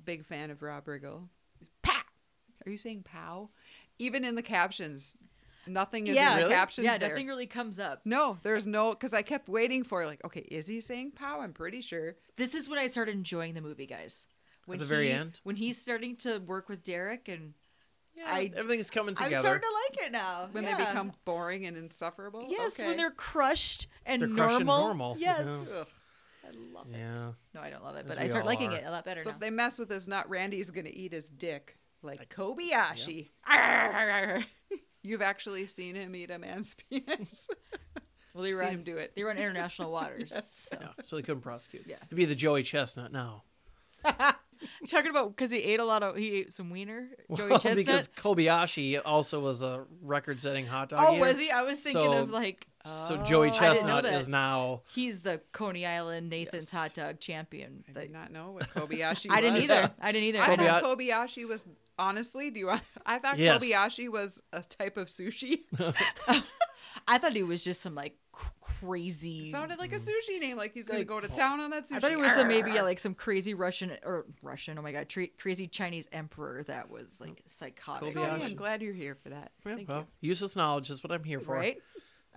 big fan of Rob Riggle. He's Pow! Are you saying pow? Even in the captions, nothing is yeah, in the really? captions. yeah, there. nothing really comes up. No, there's no because I kept waiting for like, okay, is he saying pow? I'm pretty sure. This is when I started enjoying the movie, guys. When the very he- end? when he's starting to work with Derek, and Yeah, I- everything's coming I'm together. starting to like it now. When they Oh, Yeah. become boring and insufferable. yes, okay. when they're crushed and They're normal. crushed and normal. Yes, Yeah. Ugh. I love it. Yeah. No, I don't love it, As but I we start all liking are. it a lot better So now. if they mess with his nut, Randy's gonna eat his dick like [laughs] Kobayashi. You've actually seen him eat a man's [laughs] penis. well, they You've were seen on, him do it. they [laughs] were on international waters. so. Yeah, so they couldn't prosecute. Yeah. It'd be the Joey Chestnut now. I'm talking about because he ate a lot of he ate some [laughs] wiener. Joey Well, Chestnut. because Kobayashi also was a record-setting hot dog. oh, eater. was he? I was thinking So- of like So I Joey didn't know Chestnut that. is now. he's the Coney Island Nathan's Yes. hot dog champion. I Like, did not know [laughs] what Kobayashi. I didn't was. either. I didn't [laughs] either. I Kobe- thought Kobayashi was honestly. Do you? want- [laughs] I thought Yes. Kobayashi was a type of sushi. I thought he was just some like c- crazy. It sounded like a sushi name. Like he's gonna Like- go to town on that sushi. I thought it was some, maybe Arrgh. yeah, like some crazy Russian or Russian. Oh my god, tre- crazy Chinese emperor that was like psychotic, Oh, Tony, Oh, I'm Kobayashi. glad you're here for that. Yeah, Thank well, useless knowledge is what I'm here for. right?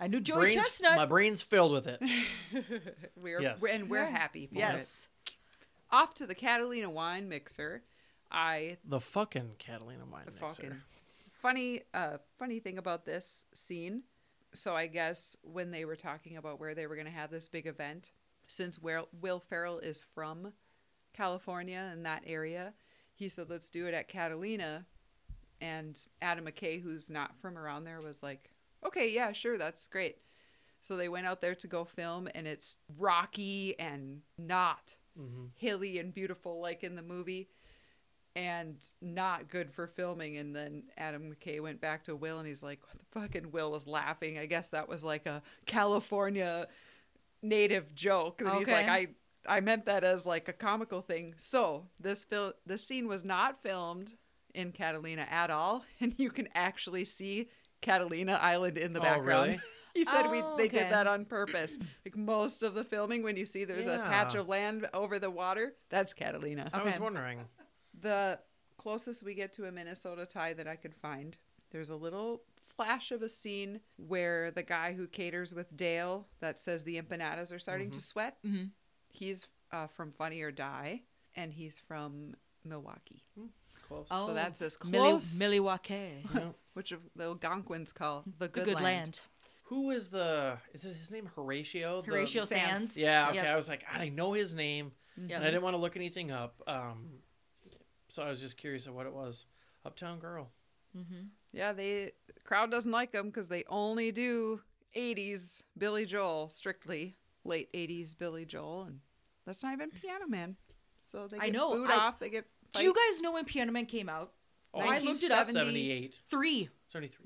I knew Joey Brains- Chestnut. My brain's filled with it. [laughs] you. We're Yes. and we're happy. For It. yes, Off to the Catalina wine mixer. I The fucking Catalina wine the mixer. fucking funny uh funny thing about this scene so i guess when they were talking about where they were going to have this big event since where will farrell is from california and that area he said let's do it at catalina and adam mckay who's not from around there was like okay yeah sure that's great so they went out there to go film and it's rocky and not Mhm. hilly and beautiful like in the movie and not good for filming and then adam mckay went back to will and he's like what the fuck and will was laughing i guess that was like a california native joke and he's like i Okay. i meant that as like a comical thing so this fil- this scene was not filmed in catalina at all [laughs] and you can actually see catalina island in the Oh, background [laughs] really? he said Oh, we they okay. did that on purpose like most of the filming when you see there's a patch Yeah. of land over the water that's catalina I was Okay. wondering. the closest we get to a Minnesota tie that I could find, there's a little flash of a scene where the guy who caters with Dale that says the empanadas are starting Mm-hmm. to sweat. Mhm. He's uh, from Funny or Die, and he's from Milwaukee. Hmm. Close. so that's as Oh, Millie, close, Milliwake, Yeah. which of the Algonquins call the the good, good land. land. Who is the? Is it his name Horatio? The- Horatio Sands. Sands. Yeah. Okay. Yep. I was like, I know his name, Yep. and I didn't want to look anything up. Um, so I was just curious of what it was. Uptown Girl. Yeah, they crowd doesn't like them because they only do 80s Billy Joel, strictly late 80s Billy Joel, and that's not even Piano Man. So they I get know, booed I- off. They get. Do you fight- guys know when Piano Man came out? Oh, I looked it up. 78. Three. 73.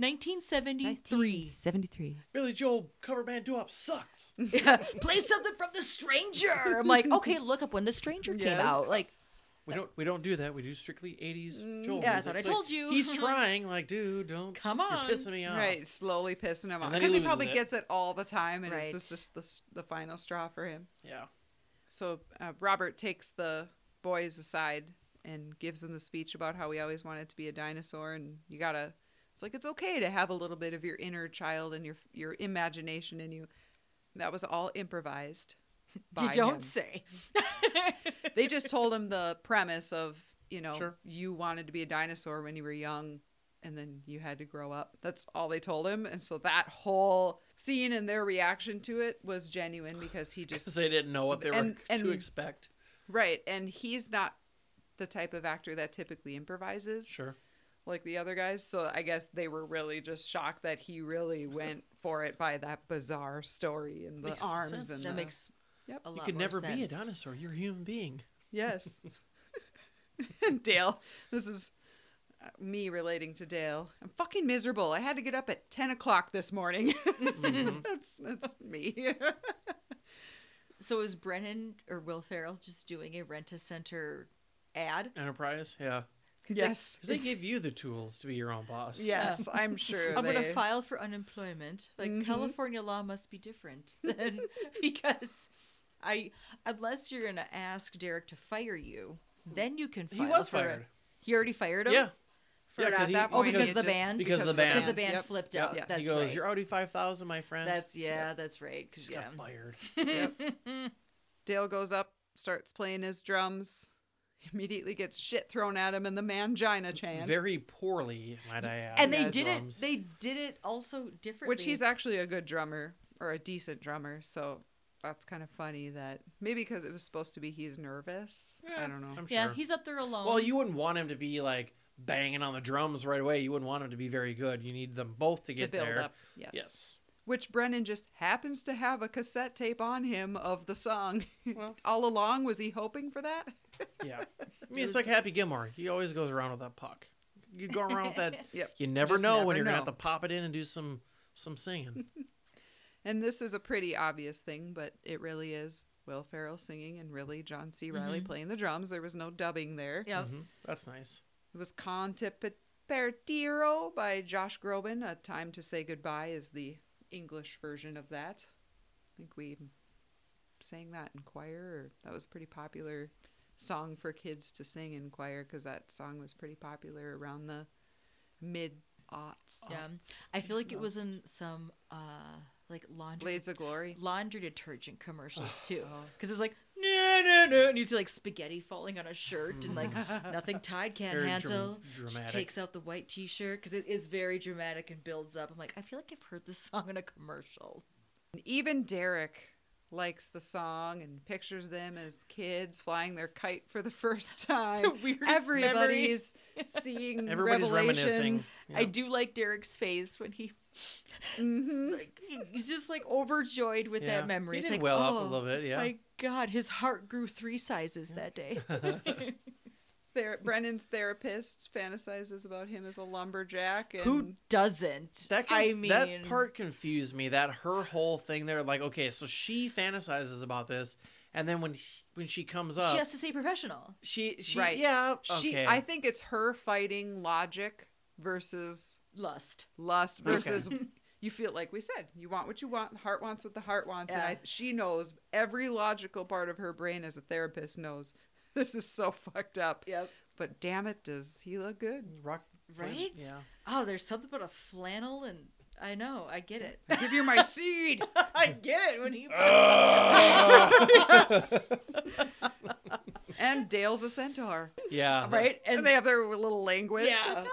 1973. 73. Billy Joel cover band [laughs] doo-wop sucks. Yeah. Play something from The Stranger. I'm [laughs] like, okay, look up when The Stranger came Yes. out. Like, We don't we don't do that. We do strictly 80s Joel. Mm, yeah, I music. thought I It's like, told you. [laughs] He's trying like, dude, don't Come on. You're pissing me off. Right, slowly pissing him off then he because he, loses probably it. gets it all the time, and Right. it's just, just the s- the final straw for him. Yeah. So uh, Robert takes the boys aside and gives them the speech about how he always wanted to be a dinosaur, and you gotta. It's like it's okay to have a little bit of your inner child and your your imagination in you. That was all improvised. By [laughs] You don't him. say. They just told him the premise of you know Sure. you wanted to be a dinosaur when you were young, and then you had to grow up. That's all they told him, and so that whole scene and their reaction to it was genuine because he just Because they didn't know what they were And- to and- expect. Right, and he's not the type of actor that typically improvises Sure. like the other guys. So I guess they were really just shocked that he [laughs] really went for it by that bizarre story and the Makes arms sense. and That the, makes Yep. a lot You could more never sense. be a dinosaur. You're a human being. [laughs] yes. [laughs] and Dale, this is uh, me relating to Dale. I'm fucking miserable. I had to get up at ten o'clock this morning. Mm-hmm. [laughs] that's that's me. [laughs] So is Brennan or Will Ferrell just doing a rent a center ad? Enterprise. Yeah. yes, Because they give you the tools to be your own boss. yes, I'm sure. I'm they- gonna file for unemployment. Like Mm-hmm. California law must be different [laughs] [laughs] than because I unless you're gonna ask Derek to fire you, then you can. He File was for a- fired. He already fired him. Yeah. For yeah, at he- that Oh, point, because it the just- band? Because of the Because band. the band Yep. flipped Yep. out. Yes. That's he goes, right. "You're Audi 5000, my friend." That's yeah. That's right. 'cause, just yeah. got fired. Yep. Dale goes up, starts playing his drums, [laughs] immediately gets shit thrown at him in the mangina chant, Very poorly, might I add. And they Yeah, did drums. it. They did it also differently. which he's actually a good drummer or a decent drummer. So that's kind of funny that maybe because it was supposed to be he's nervous. I don't know. I'm sure. yeah. He's up there alone. Well, you wouldn't want him to be like banging on the drums right away. You wouldn't want him to be very good. You need them both to The get build there. up, yes. Yes. Which Brennan just happens to have a cassette tape on him of the song. [laughs] All along, was he hoping for that? Yeah. [laughs] I mean, it's like Happy Gilmore. He always goes around with that puck. You go around with [laughs] that. Yep. You never Just know never when you're gonna know. have to pop it in and do some some singing. And this is a pretty obvious thing, but it really is Will Ferrell singing and really John C. Riley Mm-hmm. playing the drums. There was no dubbing there. Yeah. Mhm. That's nice. It was Con te Pertiro by Josh Groban. A Time to Say Goodbye is the English version of that. I think we sang that in choir. Or that was a pretty popular song for kids to sing in choir because that song was pretty popular around the mid aughts. Yeah. I feel like it was in some uh like laundry Blades of Glory. laundry detergent [sighs] commercials too, Oh. because it was like no no no, and you see like spaghetti falling on a shirt [laughs] and like nothing tied can't Very dram- handle. dramatic. She takes out the white T-shirt because it is very dramatic and builds up. I'm like, I feel like I've heard this song in a commercial. Even Derek likes the song and pictures them as kids flying their kite for the [laughs] first time. The weirdest Everybody's [laughs] seeing Everybody's reminiscing. Mm-hmm. revelations. Yeah. I do like Derek's face when he [laughs] like he's just like overjoyed with Mm-hmm. Yeah. that memory. He It's did like, well up a "Oh, little bit, yeah." My God, his heart grew three sizes that day. Thera- Brennan's therapist fantasizes about him as a lumberjack, and Who doesn't? That conf- I mean, that part confused me. That her whole thing there, like, okay, so she fantasizes about this, and then when he- when she comes up, She has to stay professional. she she right? yeah, she. okay. I think it's her fighting logic versus Lust. lust versus. [laughs] You feel like we said you want what you want. The heart wants what the heart wants, and I, Yeah. she knows every logical part of her brain as a therapist knows. [laughs] This is so fucked up. Yep. But damn it, does he look good? Rock, Right? Yeah. Oh, there's something about a flannel, and I know. I get [laughs] it. [laughs] Give you my seed. I get it when he. and Dale's a centaur, [laughs] Yeah. right? and, And they have their little language. Yeah.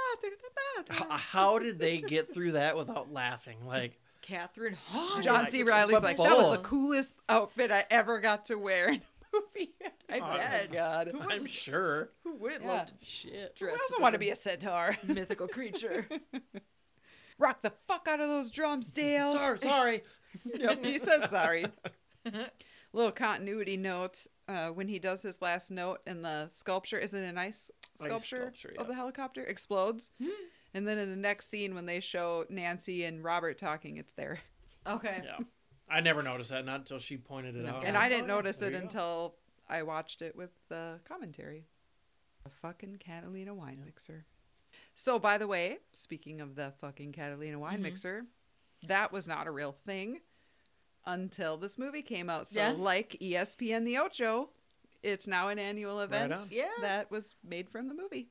H- How did they get through that without laughing? Like, Catherine [laughs] Hahn. John Like, C. Riley's but like, that was the bold. coolest outfit I ever got to wear [laughs] in a movie. I bet. God, I'm sure. Who wouldn't Yeah. love to Shit. [laughs] dress doesn't up want as to be a centaur. mythical creature? rock the fuck out of those drums, Dale. Sorry, sorry. [laughs] he says sorry. Little continuity note: uh, when he does his last note, and the sculpture is it an ice sculpture, Hmm. sculpture, of yeah. the helicopter explodes, and then in the next scene when they show Nancy and Robert talking, it's there. [laughs] Okay. Yeah. I never noticed that, not until she pointed it out. And I didn't Oh, yeah, notice there it you go. until I watched it with the commentary. The fucking Catalina wine mixer. So, by the way, speaking of the fucking Catalina wine Mm-hmm. mixer, that was not a real thing until this movie came out. So, Yeah. like E ESPN The Ocho, it's now an annual event on. Yeah. that was made from the movie.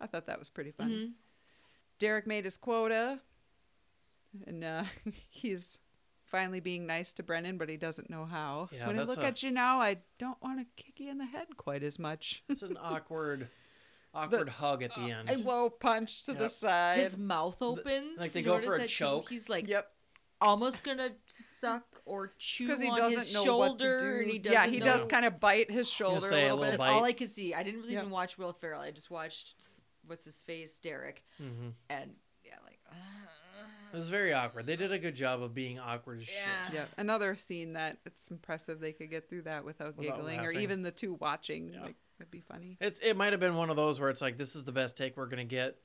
I thought that was pretty Mm-hmm. fun. Derek made his quota, and uh, [laughs] he's finally being nice to Brennan, but he doesn't know how. Yeah, when I that's look a- at you now, I don't want to kick you in the head quite as [laughs] much. It's an awkward, awkward hug at the end. A Slow punch to the Yep. side. His mouth opens. like they You go notice for a that too? choke. He's like Yep. almost gonna suck or chew 'Cause he on doesn't his know shoulder, what to do. and he doesn't yeah, he know- does kind of bite his shoulder say a a little little bit. That's bite. all I could see. I didn't really Yeah. even watch Will Ferrell. I just watched s- what's his face, Derek, Mhm. and yeah, like uh, It was very awkward. They did a good job of being awkward as Yeah. [laughs] shit. Yeah, another scene that it's impressive they could get through that without Without giggling, or laughing. even the two watching. Yeah. Like that'd be funny. It's it might have been one of those where it's like this is the best take we're gonna get.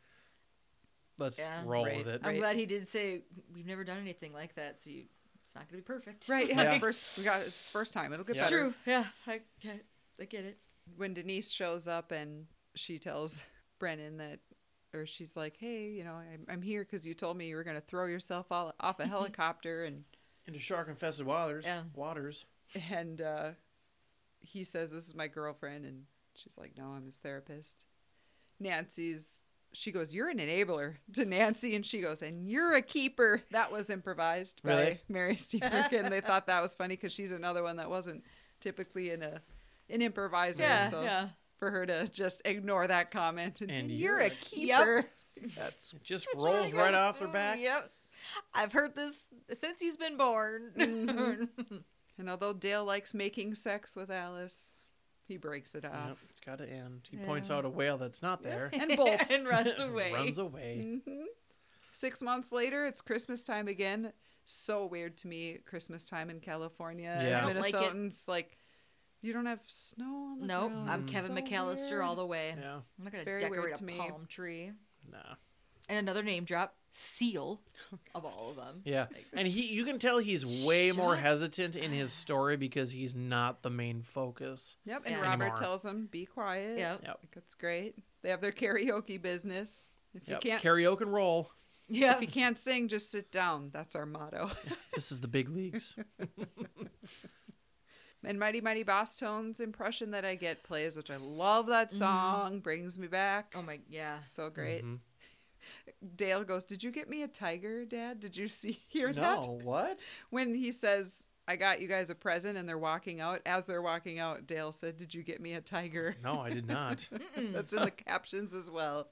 Let's Yeah. roll Right. with it. I- I'm Right. glad he didn't say we've never done anything like that. So you, it's not gonna be perfect, [laughs] Right, yeah. Yeah. it's First, we got it's first time. It'll get It's Yeah. better. true. Yeah, I, I, I get it. when Denise shows up and she tells Brennan that, or she's like, "Hey, you know, I'm, I'm here because you told me you were gonna throw yourself all, off [laughs] a helicopter," and Into shark infested waters. Yeah. Waters. and uh, he says, "This is my girlfriend," and she's like, "No, I'm his therapist." Nancy's. She goes, "You're an enabler to Nancy," and she goes, "And you're a keeper." That was improvised by Really? Mary Steenburgen. they thought that was funny because she's another one that wasn't typically in a an improviser. Yeah, uh, so yeah. for her to just ignore that comment and, And you're, a you're a keeper. That's It just rolls right off their back. "Mm, Yep. I've heard this since he's been [laughs] born. Mm-hmm. and although Dale likes making sex with Alice, he breaks it Yep, off it's got to end. He points Yeah. out a whale that's not there. and bolts. [laughs] and [laughs] runs and away. [laughs] Runs away. Mhm. Six months later, it's Christmas time again. So weird to me, Christmas time in California Yeah. I as don't like it. Minnesotans. Like, you don't have snow on the [laughs] Nope, ground. I'm Mm. It's Kevin so McAllister weird. all the way. Yeah. I'm not It's gonna very weird decorate to a me. palm tree. Nah. And another name drop, Seal, of all of [laughs] them. Yeah. And he you can tell he's way more Shut hesitant in his story because he's not the main focus. Yep, and Yeah. Robert Anymore. tells him, be quiet. Yep. Yep. Like, that's great. They have their karaoke business. If Yep. you can't Karaoke and roll. Yeah. If you can't sing, just sit down. That's our motto. This is the big leagues. and Mighty Mighty Boss Tones impression that I get plays, which I love that song, brings me back. Mm-hmm. Oh my yeah. so [laughs] great. Mhm. Dale goes, Did you get me a tiger, Dad? Did you [laughs] see hear that? No, what? When he says, I got you guys a present and they're walking out, as they're walking out, Dale said, Did you get me a [laughs] tiger? No, I [laughs] did not. Mm. That's in the captions as well.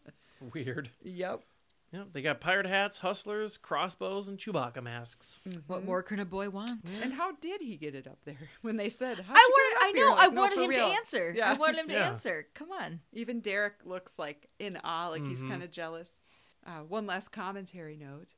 Weird. Yep. Yep, they got pirate hats, hustlers, crossbows, and Chewbacca masks. What more can a boy want? And how did he get it up there? When they said, How'd I you get it wanted. up I here?" know. I Like, "No, wanted for him to real." answer. Yeah. I wanted him to Yeah. answer. Come on. Even Derek looks like in awe, like he's Mhm. kind of jealous. Uh, one last commentary note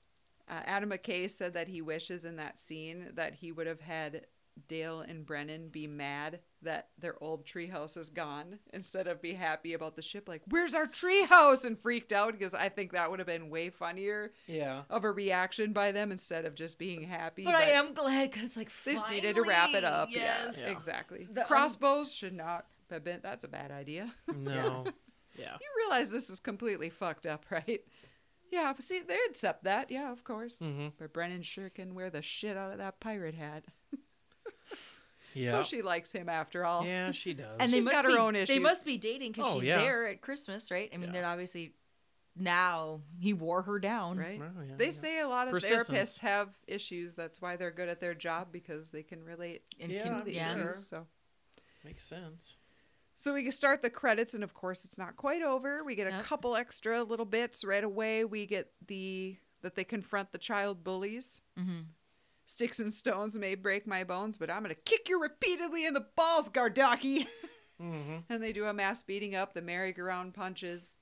uh, Adam McKay said that he wishes in that scene that he would have had Dale and Brennan be mad that their old treehouse is gone instead of be happy about the ship, like, where's our treehouse? and freaked out because I think that would have been way funnier Yeah. of a reaction by them instead of just being happy. But I am glad because like They just needed to wrap it finally, up. Yes. Yeah, exactly. The- Crossbows should not have been, that's a bad idea. No. Yeah. You realize this is completely fucked up, [laughs] right? Yeah, but see, they accept that. Yeah, of course. Mm-hmm. But Brennan sure can wear the shit out of that pirate hat. [laughs] Yeah. So she likes him after all. yeah, she does. And they She's must got her be, own They issues. must be dating because Oh, she's yeah. there at Christmas, right? I mean, Yeah. they're obviously now he wore her down, Right? Well, Oh, yeah, they yeah. say a lot of therapists Persistence. have issues. That's why they're good at their job because they can relate And Yeah, can- to the yeah. sure. issues. So. Makes sense. So we can start the credits, and of course, it's not quite over. We get a Yep. couple extra little bits right away. We get the that they confront the child bullies. Mhm. Sticks and stones may break my bones, but I'm gonna kick you repeatedly in the balls, Gardaki. [laughs] Mm-hmm. and they do a mass beating up, the merry-go-round punches.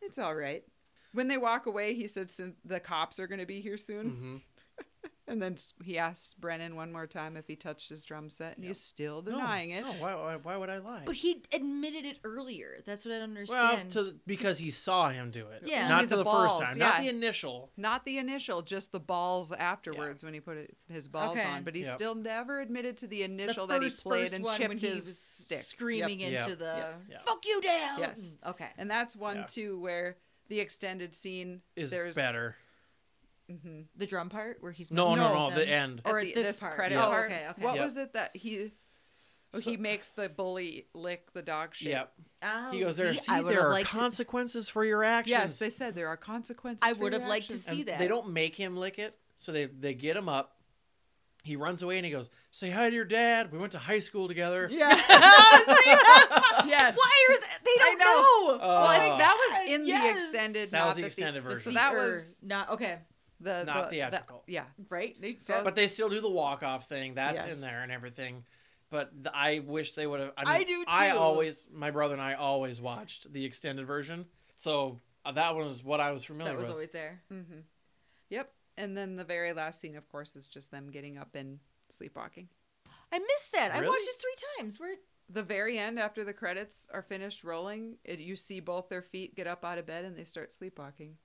It's all right. When they walk away, he said, "Sin- "The cops are going to be here soon." Mm-hmm. Mhm. And then s- he asks Brennan one more time if he touched his drum set, and he's still No, denying it. No, why, why, why would I lie? But he admitted it earlier. That's what I don't well, understand. to the- because he saw him do it. Yeah. Not Only to the the, balls, first time. yeah. Not the initial. Not the initial, just the balls afterwards when he put it, his balls Okay. on. But he Yep. still never admitted to the The initial that he first- played first and one when chipped he his was stick. Yep. screaming into Yeah. the Yes. Yeah. "fuck you, Dale." Yes. Okay. And that's one Yeah. too where the extended scene Is there's better. The drum part where he's No, messing no, Oh, with no, the them. end. Or at Mm-hmm. at the- this, this part. credit Yeah. Oh, part. okay. Okay. What Yep. was it that he? Oh, So- he makes the bully lick the dog shit. Yep. Oh, He goes, there, see, see, I would there have are liked to- consequences for your actions. Yes, they said there are consequences. I for would your have liked to actions. see And that. They don't make him lick it, so they they get him up. He runs away and he goes, "Say hi to your dad. We went to high school together." [laughs] Yeah. yes. Why are they, they don't know? Well, I Uh, think that was in [laughs] Yes. the extended. That was not the extended thea- So version. that Or was not okay, the Not the- the- theatrical. yeah. right? They- So- but they still do the walk off thing. That's Yes. in there and everything. But the, I wish they would have. I, I mean, do I too. always, my brother and I always watched the extended version, so uh, that one was what I was familiar that was with. always there. Mm-hmm. Yep. And then the very last scene, of course, is just them getting up and sleepwalking. I missed that. I Really? watched this three times. Where The very end, after the credits are finished rolling, it, you see both their feet get up out of bed and they start sleepwalking.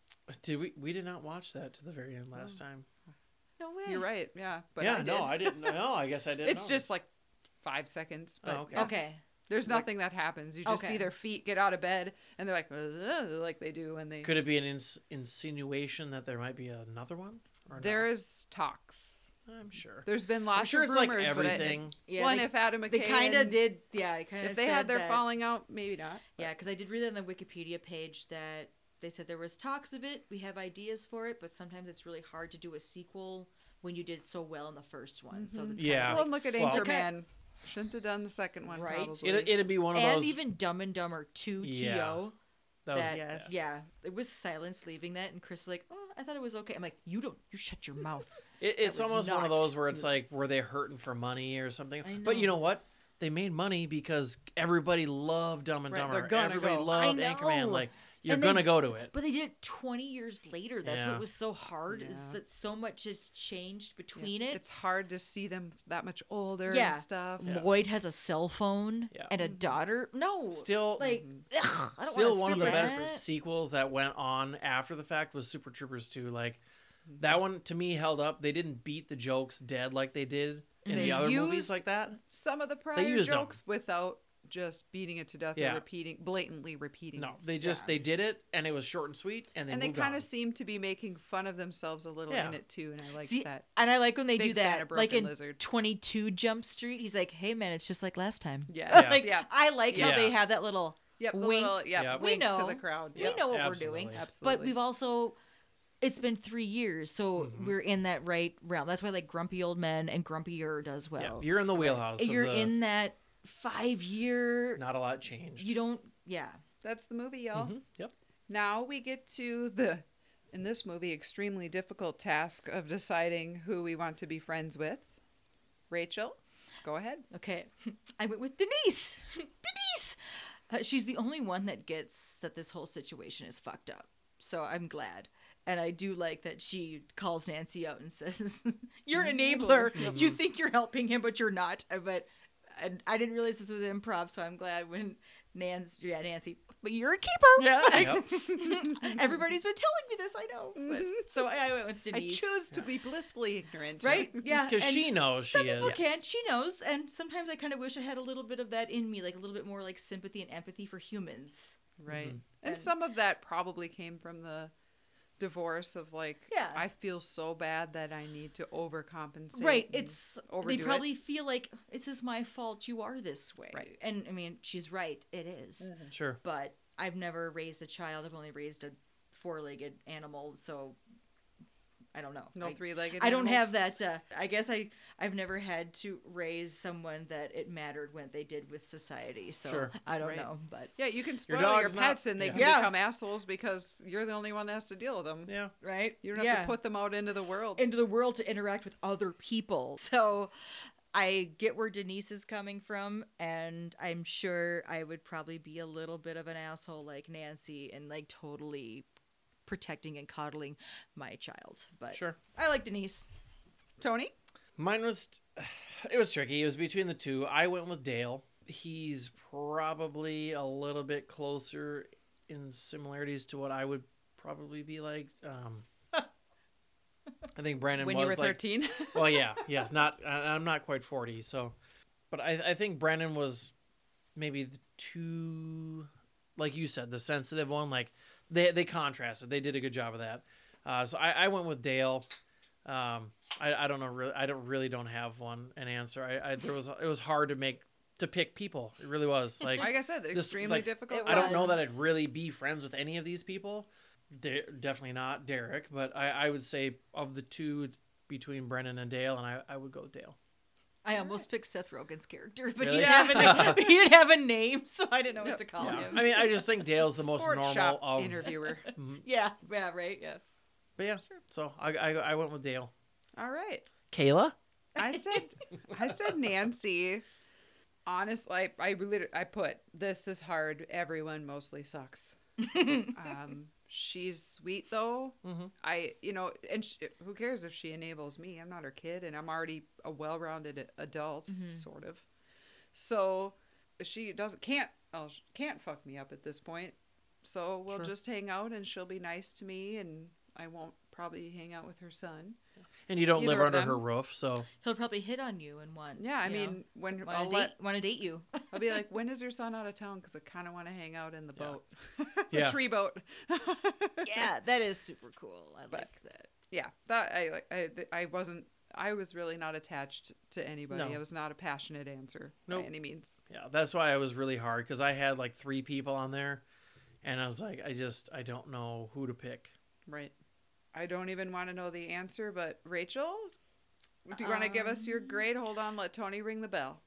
Did we? We did not watch that to the very end last time. no way. You're right. Yeah. But yeah, I did. no, I didn't. No, [laughs] I guess I didn't. It's know. just like five seconds. But Oh, okay. yeah. Okay. There's Like- nothing that happens. You just see Okay. their feet get out of bed and they're like, "Ugh," like they do when they. Could it be an ins- insinuation that there might be another one? Or no? There's talks. I'm sure. There's been I'm lots sure of it's like rumors, but I- everything. Yeah. well, and they, if Adam McKay, they kind of and- did. Yeah. I kind of if they had their that, falling out, maybe not. but- Yeah, because I did read that on the Wikipedia page that they said there was talks of it. We have ideas for it, but sometimes it's really hard to do a sequel when you did so well in the first one. So that's kinda Yeah. Well, and look at Well- Anchorman. Okay. Shouldn't have done the second one, Right? probably. It, it'd be one of and those. even Dumb and Dumber 2 Yeah. TO. that was, That, Yes. Yeah. It was silence leaving that, and Chris like, oh, I thought it was okay. I'm like, you don't, you shut your mouth. It, it's was almost one of not- those where it's like, were they hurting for money or something? I But you know. know what? They made money because everybody loved Dumb and Right, Dumber. they're gonna everybody go. loved I know. Anchorman. Like you're And they- gonna go to it. [laughs] But they did it 20 years later. That's Yeah. what was so hard is Yeah. that so much has changed between it. It's hard to see them that much older Yeah. and stuff. Lloyd has a Mm-hmm. cell phone Yeah. and a daughter. No. Still, like ugh, I don't still wanna one of see the that. best sequels that went on after the fact was Super Troopers 2. Like that one to me held up. They didn't beat the jokes dead like they did in They the other used- movies like that. Some of the prior used 'em. jokes without just beating it to death Yeah. and repeating, blatantly repeating. No, it. they just they did it and it was short and sweet and they and they moved kind on. of seem to be making fun of themselves a little in Yeah. it too, and I like See, that. and I like when they do Big fan that. of Like Broken in Lizard. 22 Jump Street, he's like, "Hey man, it's just like last time." [laughs] Yes, Yeah. like yep, I like how they Yes. have that little. yep, the wink. little, yep, Yep. We wink to know. the crowd. We Yep. know what we're Absolutely. doing, Absolutely. but we've also. It's been three years, so Mm-hmm. we're in that right realm. That's why like grumpy old men and grumpier does Yeah, well. you're in the wheelhouse. of you're the- in that five year. not a lot changed. You don't. Yeah. That's the movie, y'all. Mm-hmm. Mhm, Yep. Now we get to the, in this movie, extremely difficult task of deciding who we want to be friends with. Rachel, go ahead. Okay. [laughs] I went with Denise. [laughs] Denise! Uh, she's the only one that gets that this whole situation is fucked up. So I'm glad. And I do like that she calls Nancy out and [laughs] says, You're an enabler. Mm-hmm. You think you're helping him, but you're not. Uh, But and I didn't realize this was improv, so I'm glad when Nancy, yeah, Nancy, but you're a keeper. [laughs] Yep. Mm-hmm. Everybody's been telling me this, I know. But, so I, I went with I Denise. choose to be blissfully ignorant. [laughs] Right? Yeah. [laughs] Because Uh, and- she knows she some people is. can't. She knows, and sometimes I kind of wish I had a little bit of that in me, like a little bit more like sympathy and empathy for humans. Right. Mm-hmm. And, And- some of that probably came from the divorce of like, Yeah. I feel so bad that I need to overcompensate. right? and It's overdo they it." probably feel like this is my fault. You are this way, Right. And I mean, she's right. It is. Sure. but I've never raised a child. I've only raised a four-legged animal, so I don't know. no I- three-legged. I don't animals? have that. Uh, I guess I I've never had to raise someone that it mattered what they did with society. So Sure. I don't Right. know, but Yeah, you can spoil your, dog's not- pets and they yeah. can Yeah. become assholes because you're the only one that has to deal with them. Yeah. right? You don't have Yeah. to put them out into the world. into the world to interact with other people. [laughs] So I get where Denise is coming from, and I'm sure I would probably be a little bit of an asshole like Nancy and like totally protecting and coddling my child. But Sure. I like Denise. Tony? Mine was, [sighs] it was tricky. It was between the two. I went with Dale. He's probably a little bit closer in similarities to what I would probably be like. Um, [laughs] I think Brandon when was you were like 13? [laughs] well, yeah, yeah. Not, I- I'm not quite 40, so. But I, I think Brandon was maybe the two, like you said, the sensitive one. Like they, they contrasted. They did a good job of that. Uh, so I, I went with Dale. Um, I, I don't know. Really, I don't really don't have one an answer. I, I there was it was hard to make to pick people. It really was like like I said, This, extremely like, difficult. it I don't know that I'd was. really be friends with any of these people. De- definitely not Derek, but I, I would say of the two, it's between Brennan and Dale, and I, I would go with Dale. [laughs] I almost picked Seth Rogen's character, but Really? he, [laughs] didn't have a, [laughs] he didn't have a name, so I didn't know what to call him. I mean, I just think Dale's the most Sport normal Oh, shop of. interviewer. [laughs] Yeah, yeah, right, yeah. But yeah, so I, I, I went with Dale. All right. Kayla? I said, I said Nancy. Honestly, I I, liter- I put this is hard. Everyone mostly sucks. um, she's sweet though. Mhm. I you know, and sh who cares if she enables me? I'm not her kid, and I'm already a well-rounded a- adult, sort of. So she doesn't can't oh, she can't fuck me up at this point. So we'll Sure. just hang out, and she'll be nice to me, and I won't probably hang out with her son. And you don't Either live of under them. her roof, so He'll probably hit on you and want. Yeah, I you know, mean, when want I'll to let date, want to date [laughs] you. I'll be like, when is your son out of town? Because I kind of want to hang out in the Yeah. [laughs] boat, the Yeah. tree boat. yeah, that is super cool. I But- like that. yeah, that I like. I, th- I wasn't. I was really not attached to anybody. No. It was not a passionate answer Nope. by any means. yeah, that's why I was really hard because I had like three people on there, and I was like, I just, I don't know who to pick. Right. I don't even want to know the answer. But Rachel, do you want to give us your Um, grade? Hold on. Let Tony ring the bell.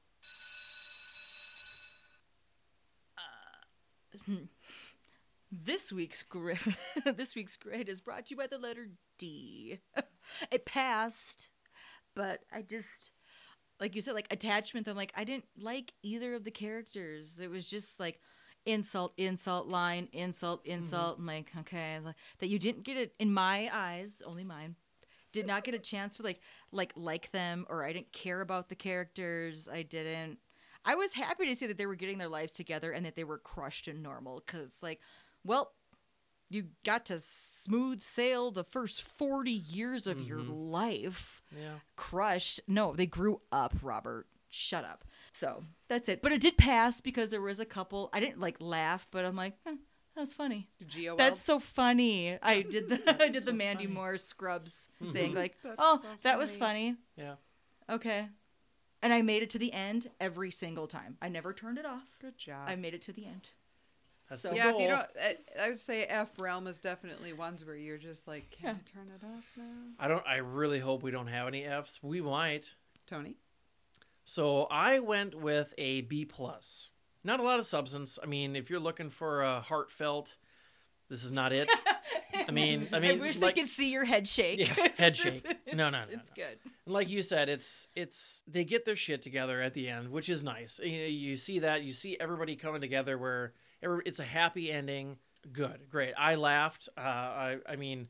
This week's grade, [laughs] this week's grade is brought to you by the letter D. [laughs] it passed, but I just like you said, like attachment. I'm like I didn't like either of the characters. It was just like insult, insult, line, insult, insult. I'm like okay, li- that you didn't get it in my eyes, only mine. Did not get a chance to like like like them, or I didn't care about the characters. I didn't. I was happy to see that they were getting their lives together and that they were crushed and normal. Cause like, well, you got to smooth sail the first 40 years of your life Yeah. crushed no they grew up robert shut up so that's it but it did pass because there was a couple i didn't like laugh but i'm like "Hmm, that was funny Geo. that's so funny i did the [laughs] i did the mandy moore scrubs thing like oh so that was funny Yeah. okay and i made it to the end every single time i never turned it off good job. i made it to the end That's So- the yeah, if you goal. don't, I, I would say F realm is definitely ones where you're just like, can I turn it off now? I don't. I really hope we don't have any Fs. We might. Tony, So I went with a B plus. Not a lot of substance. I mean, if you're looking for a heartfelt, this is [laughs] not it. I mean, I i, mean, wish like, they could see your head shake [laughs] Yeah, head shake. No, no, no, it's no. good like you said, it's it's they get their shit together at the end, which is nice. You, know, you see that. You see everybody coming together where every, it's a happy ending. Good, great. I laughed. Uh, I I mean,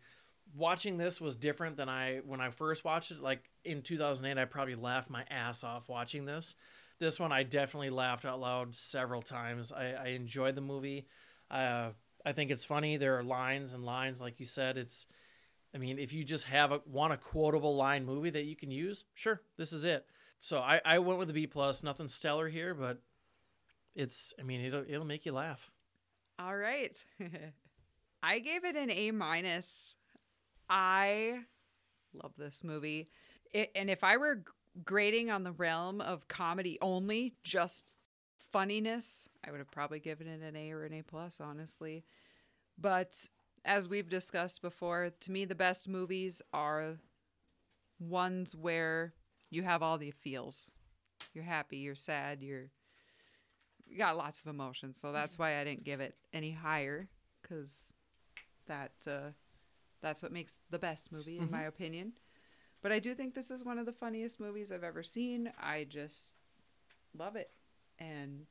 watching this was different than I when I first watched it. Like in 2008, I probably laughed my ass off watching this. This one, I definitely laughed out loud several times. I, I enjoyed the movie. Uh, I think it's funny. There are lines and lines, like you said. It's, I mean, if you just have a want a quotable line movie that you can use, sure, this is it. So I, I went with a B plus. Nothing stellar here, but it's. I mean, it'll it'll make you laugh. All right. [laughs] I gave it an A minus. I love this movie. It, and if I were g- grading on the realm of comedy only, just funniness, I would have probably given it an A or an A plus, honestly. But as we've discussed before, to me the best movies are ones where you have all the feels. You're happy, you're sad, you're you got lots of emotions, so that's why I didn't give it any higher because that uh, that's what makes the best movie in Mm-hmm. my opinion. But I do think this is one of the funniest movies I've ever seen. I just love it, and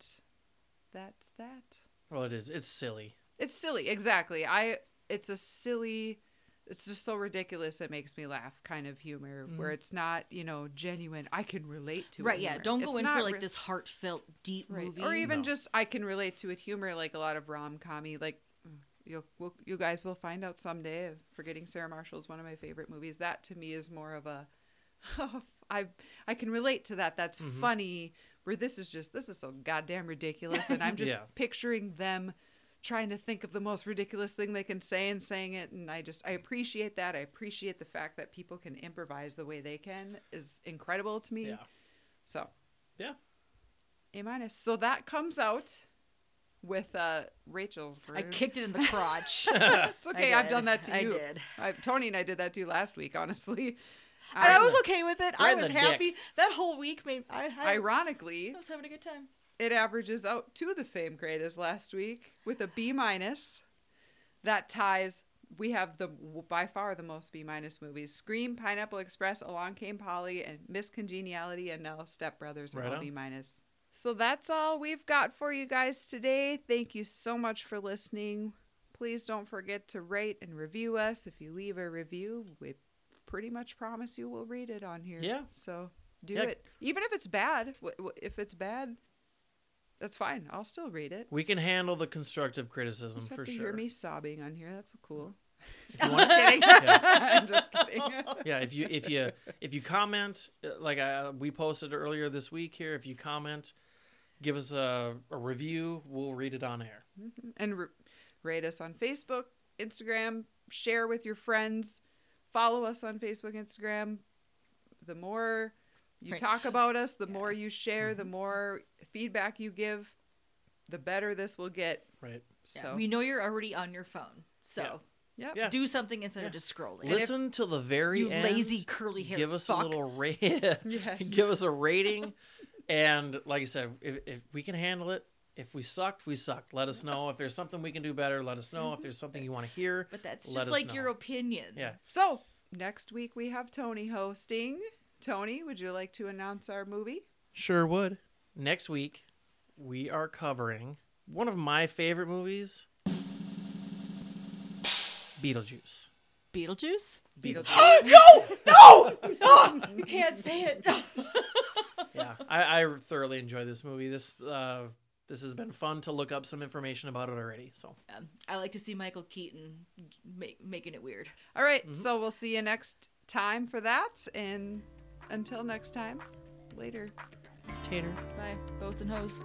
that's that. Well, it is. It's silly. It's silly, exactly. I it's a silly it's just so ridiculous it makes me laugh kind of humor where it's not, you you know, genuine I can relate to Mm-hmm. right it. yeah humor. don't go It's in not for like re- this heartfelt deep right. movie or even No. just I can relate to it humor like a lot of rom commy like mm, you'll we'll, you guys will find out someday. Forgetting Sarah Marshall is one of my favorite movies. That to me is more of a [laughs] oh, I I can relate to that. That's Mm-hmm. funny. Where this is just this is so goddamn ridiculous, and [laughs] I'm just Yeah. picturing them trying to think of the most ridiculous thing they can say and saying it. And I just I appreciate that. I appreciate the fact that people can improvise the way they can is incredible to me. Yeah. So Yeah. a minus. So that comes out with uh Rachel. i Rue. kicked it in the crotch It's okay. I've done that to you. i did I- Tony and I did that too last week. Honestly, and i Um, was okay with it right i in was the dick. happy that whole week made i, I, ironically I was having a good time it averages out to the same grade as last week with a B minus. That ties. We have the by far the most B minus movies: Scream, Pineapple Express, Along Came Polly, and Miss Congeniality, and now Step Brothers are Right all on. B minus. So that's all we've got for you guys today. Thank you so much for listening. Please don't forget to rate and review us. If you leave a review, we pretty much promise you we'll read it on here. Yeah. So do Yeah. it, even if it's bad. W- w- If it's bad, that's fine. I'll still read it. We can handle the constructive criticism Just have for to sure. hear me sobbing on here. That's [laughs] cool. [laughs] If you want- I'm just kidding. [laughs] yeah if you if you if you comment uh, like I, we posted earlier this week here if you comment give us a, a review we'll read it on air and re- rate us on Facebook, Instagram. Share with your friends. Follow us on Facebook, Instagram. The more you Right. Mm-hmm. talk about us, the more you share, the more feedback you give, the better this will get. right Yeah, So, we know you're already on your phone so yep. Yeah. do something instead Yeah. of just scrolling listen till the very you end lazy curly hair give us fuck. [laughs] a little ra- [laughs] give us a rating and like i said if, if we can handle it if we sucked we sucked let us know if there's something we can do better let us know if there's something you want to hear Mm-hmm. but that's let just us like know. your opinion yeah So next week we have Tony hosting. Tony, would you like to announce our movie? Sure would. Next week, we are covering one of my favorite movies Beetlejuice. beetlejuice Beetlejuice. [gasps] you can't say [laughs] it yeah, I, I thoroughly enjoy this movie. This uh, this has been fun to look up some information about it already. So um, i like to see michael keaton make, making it weird All right, So we'll see you next time for that. And until next time, later. Tater. bye boats and hoes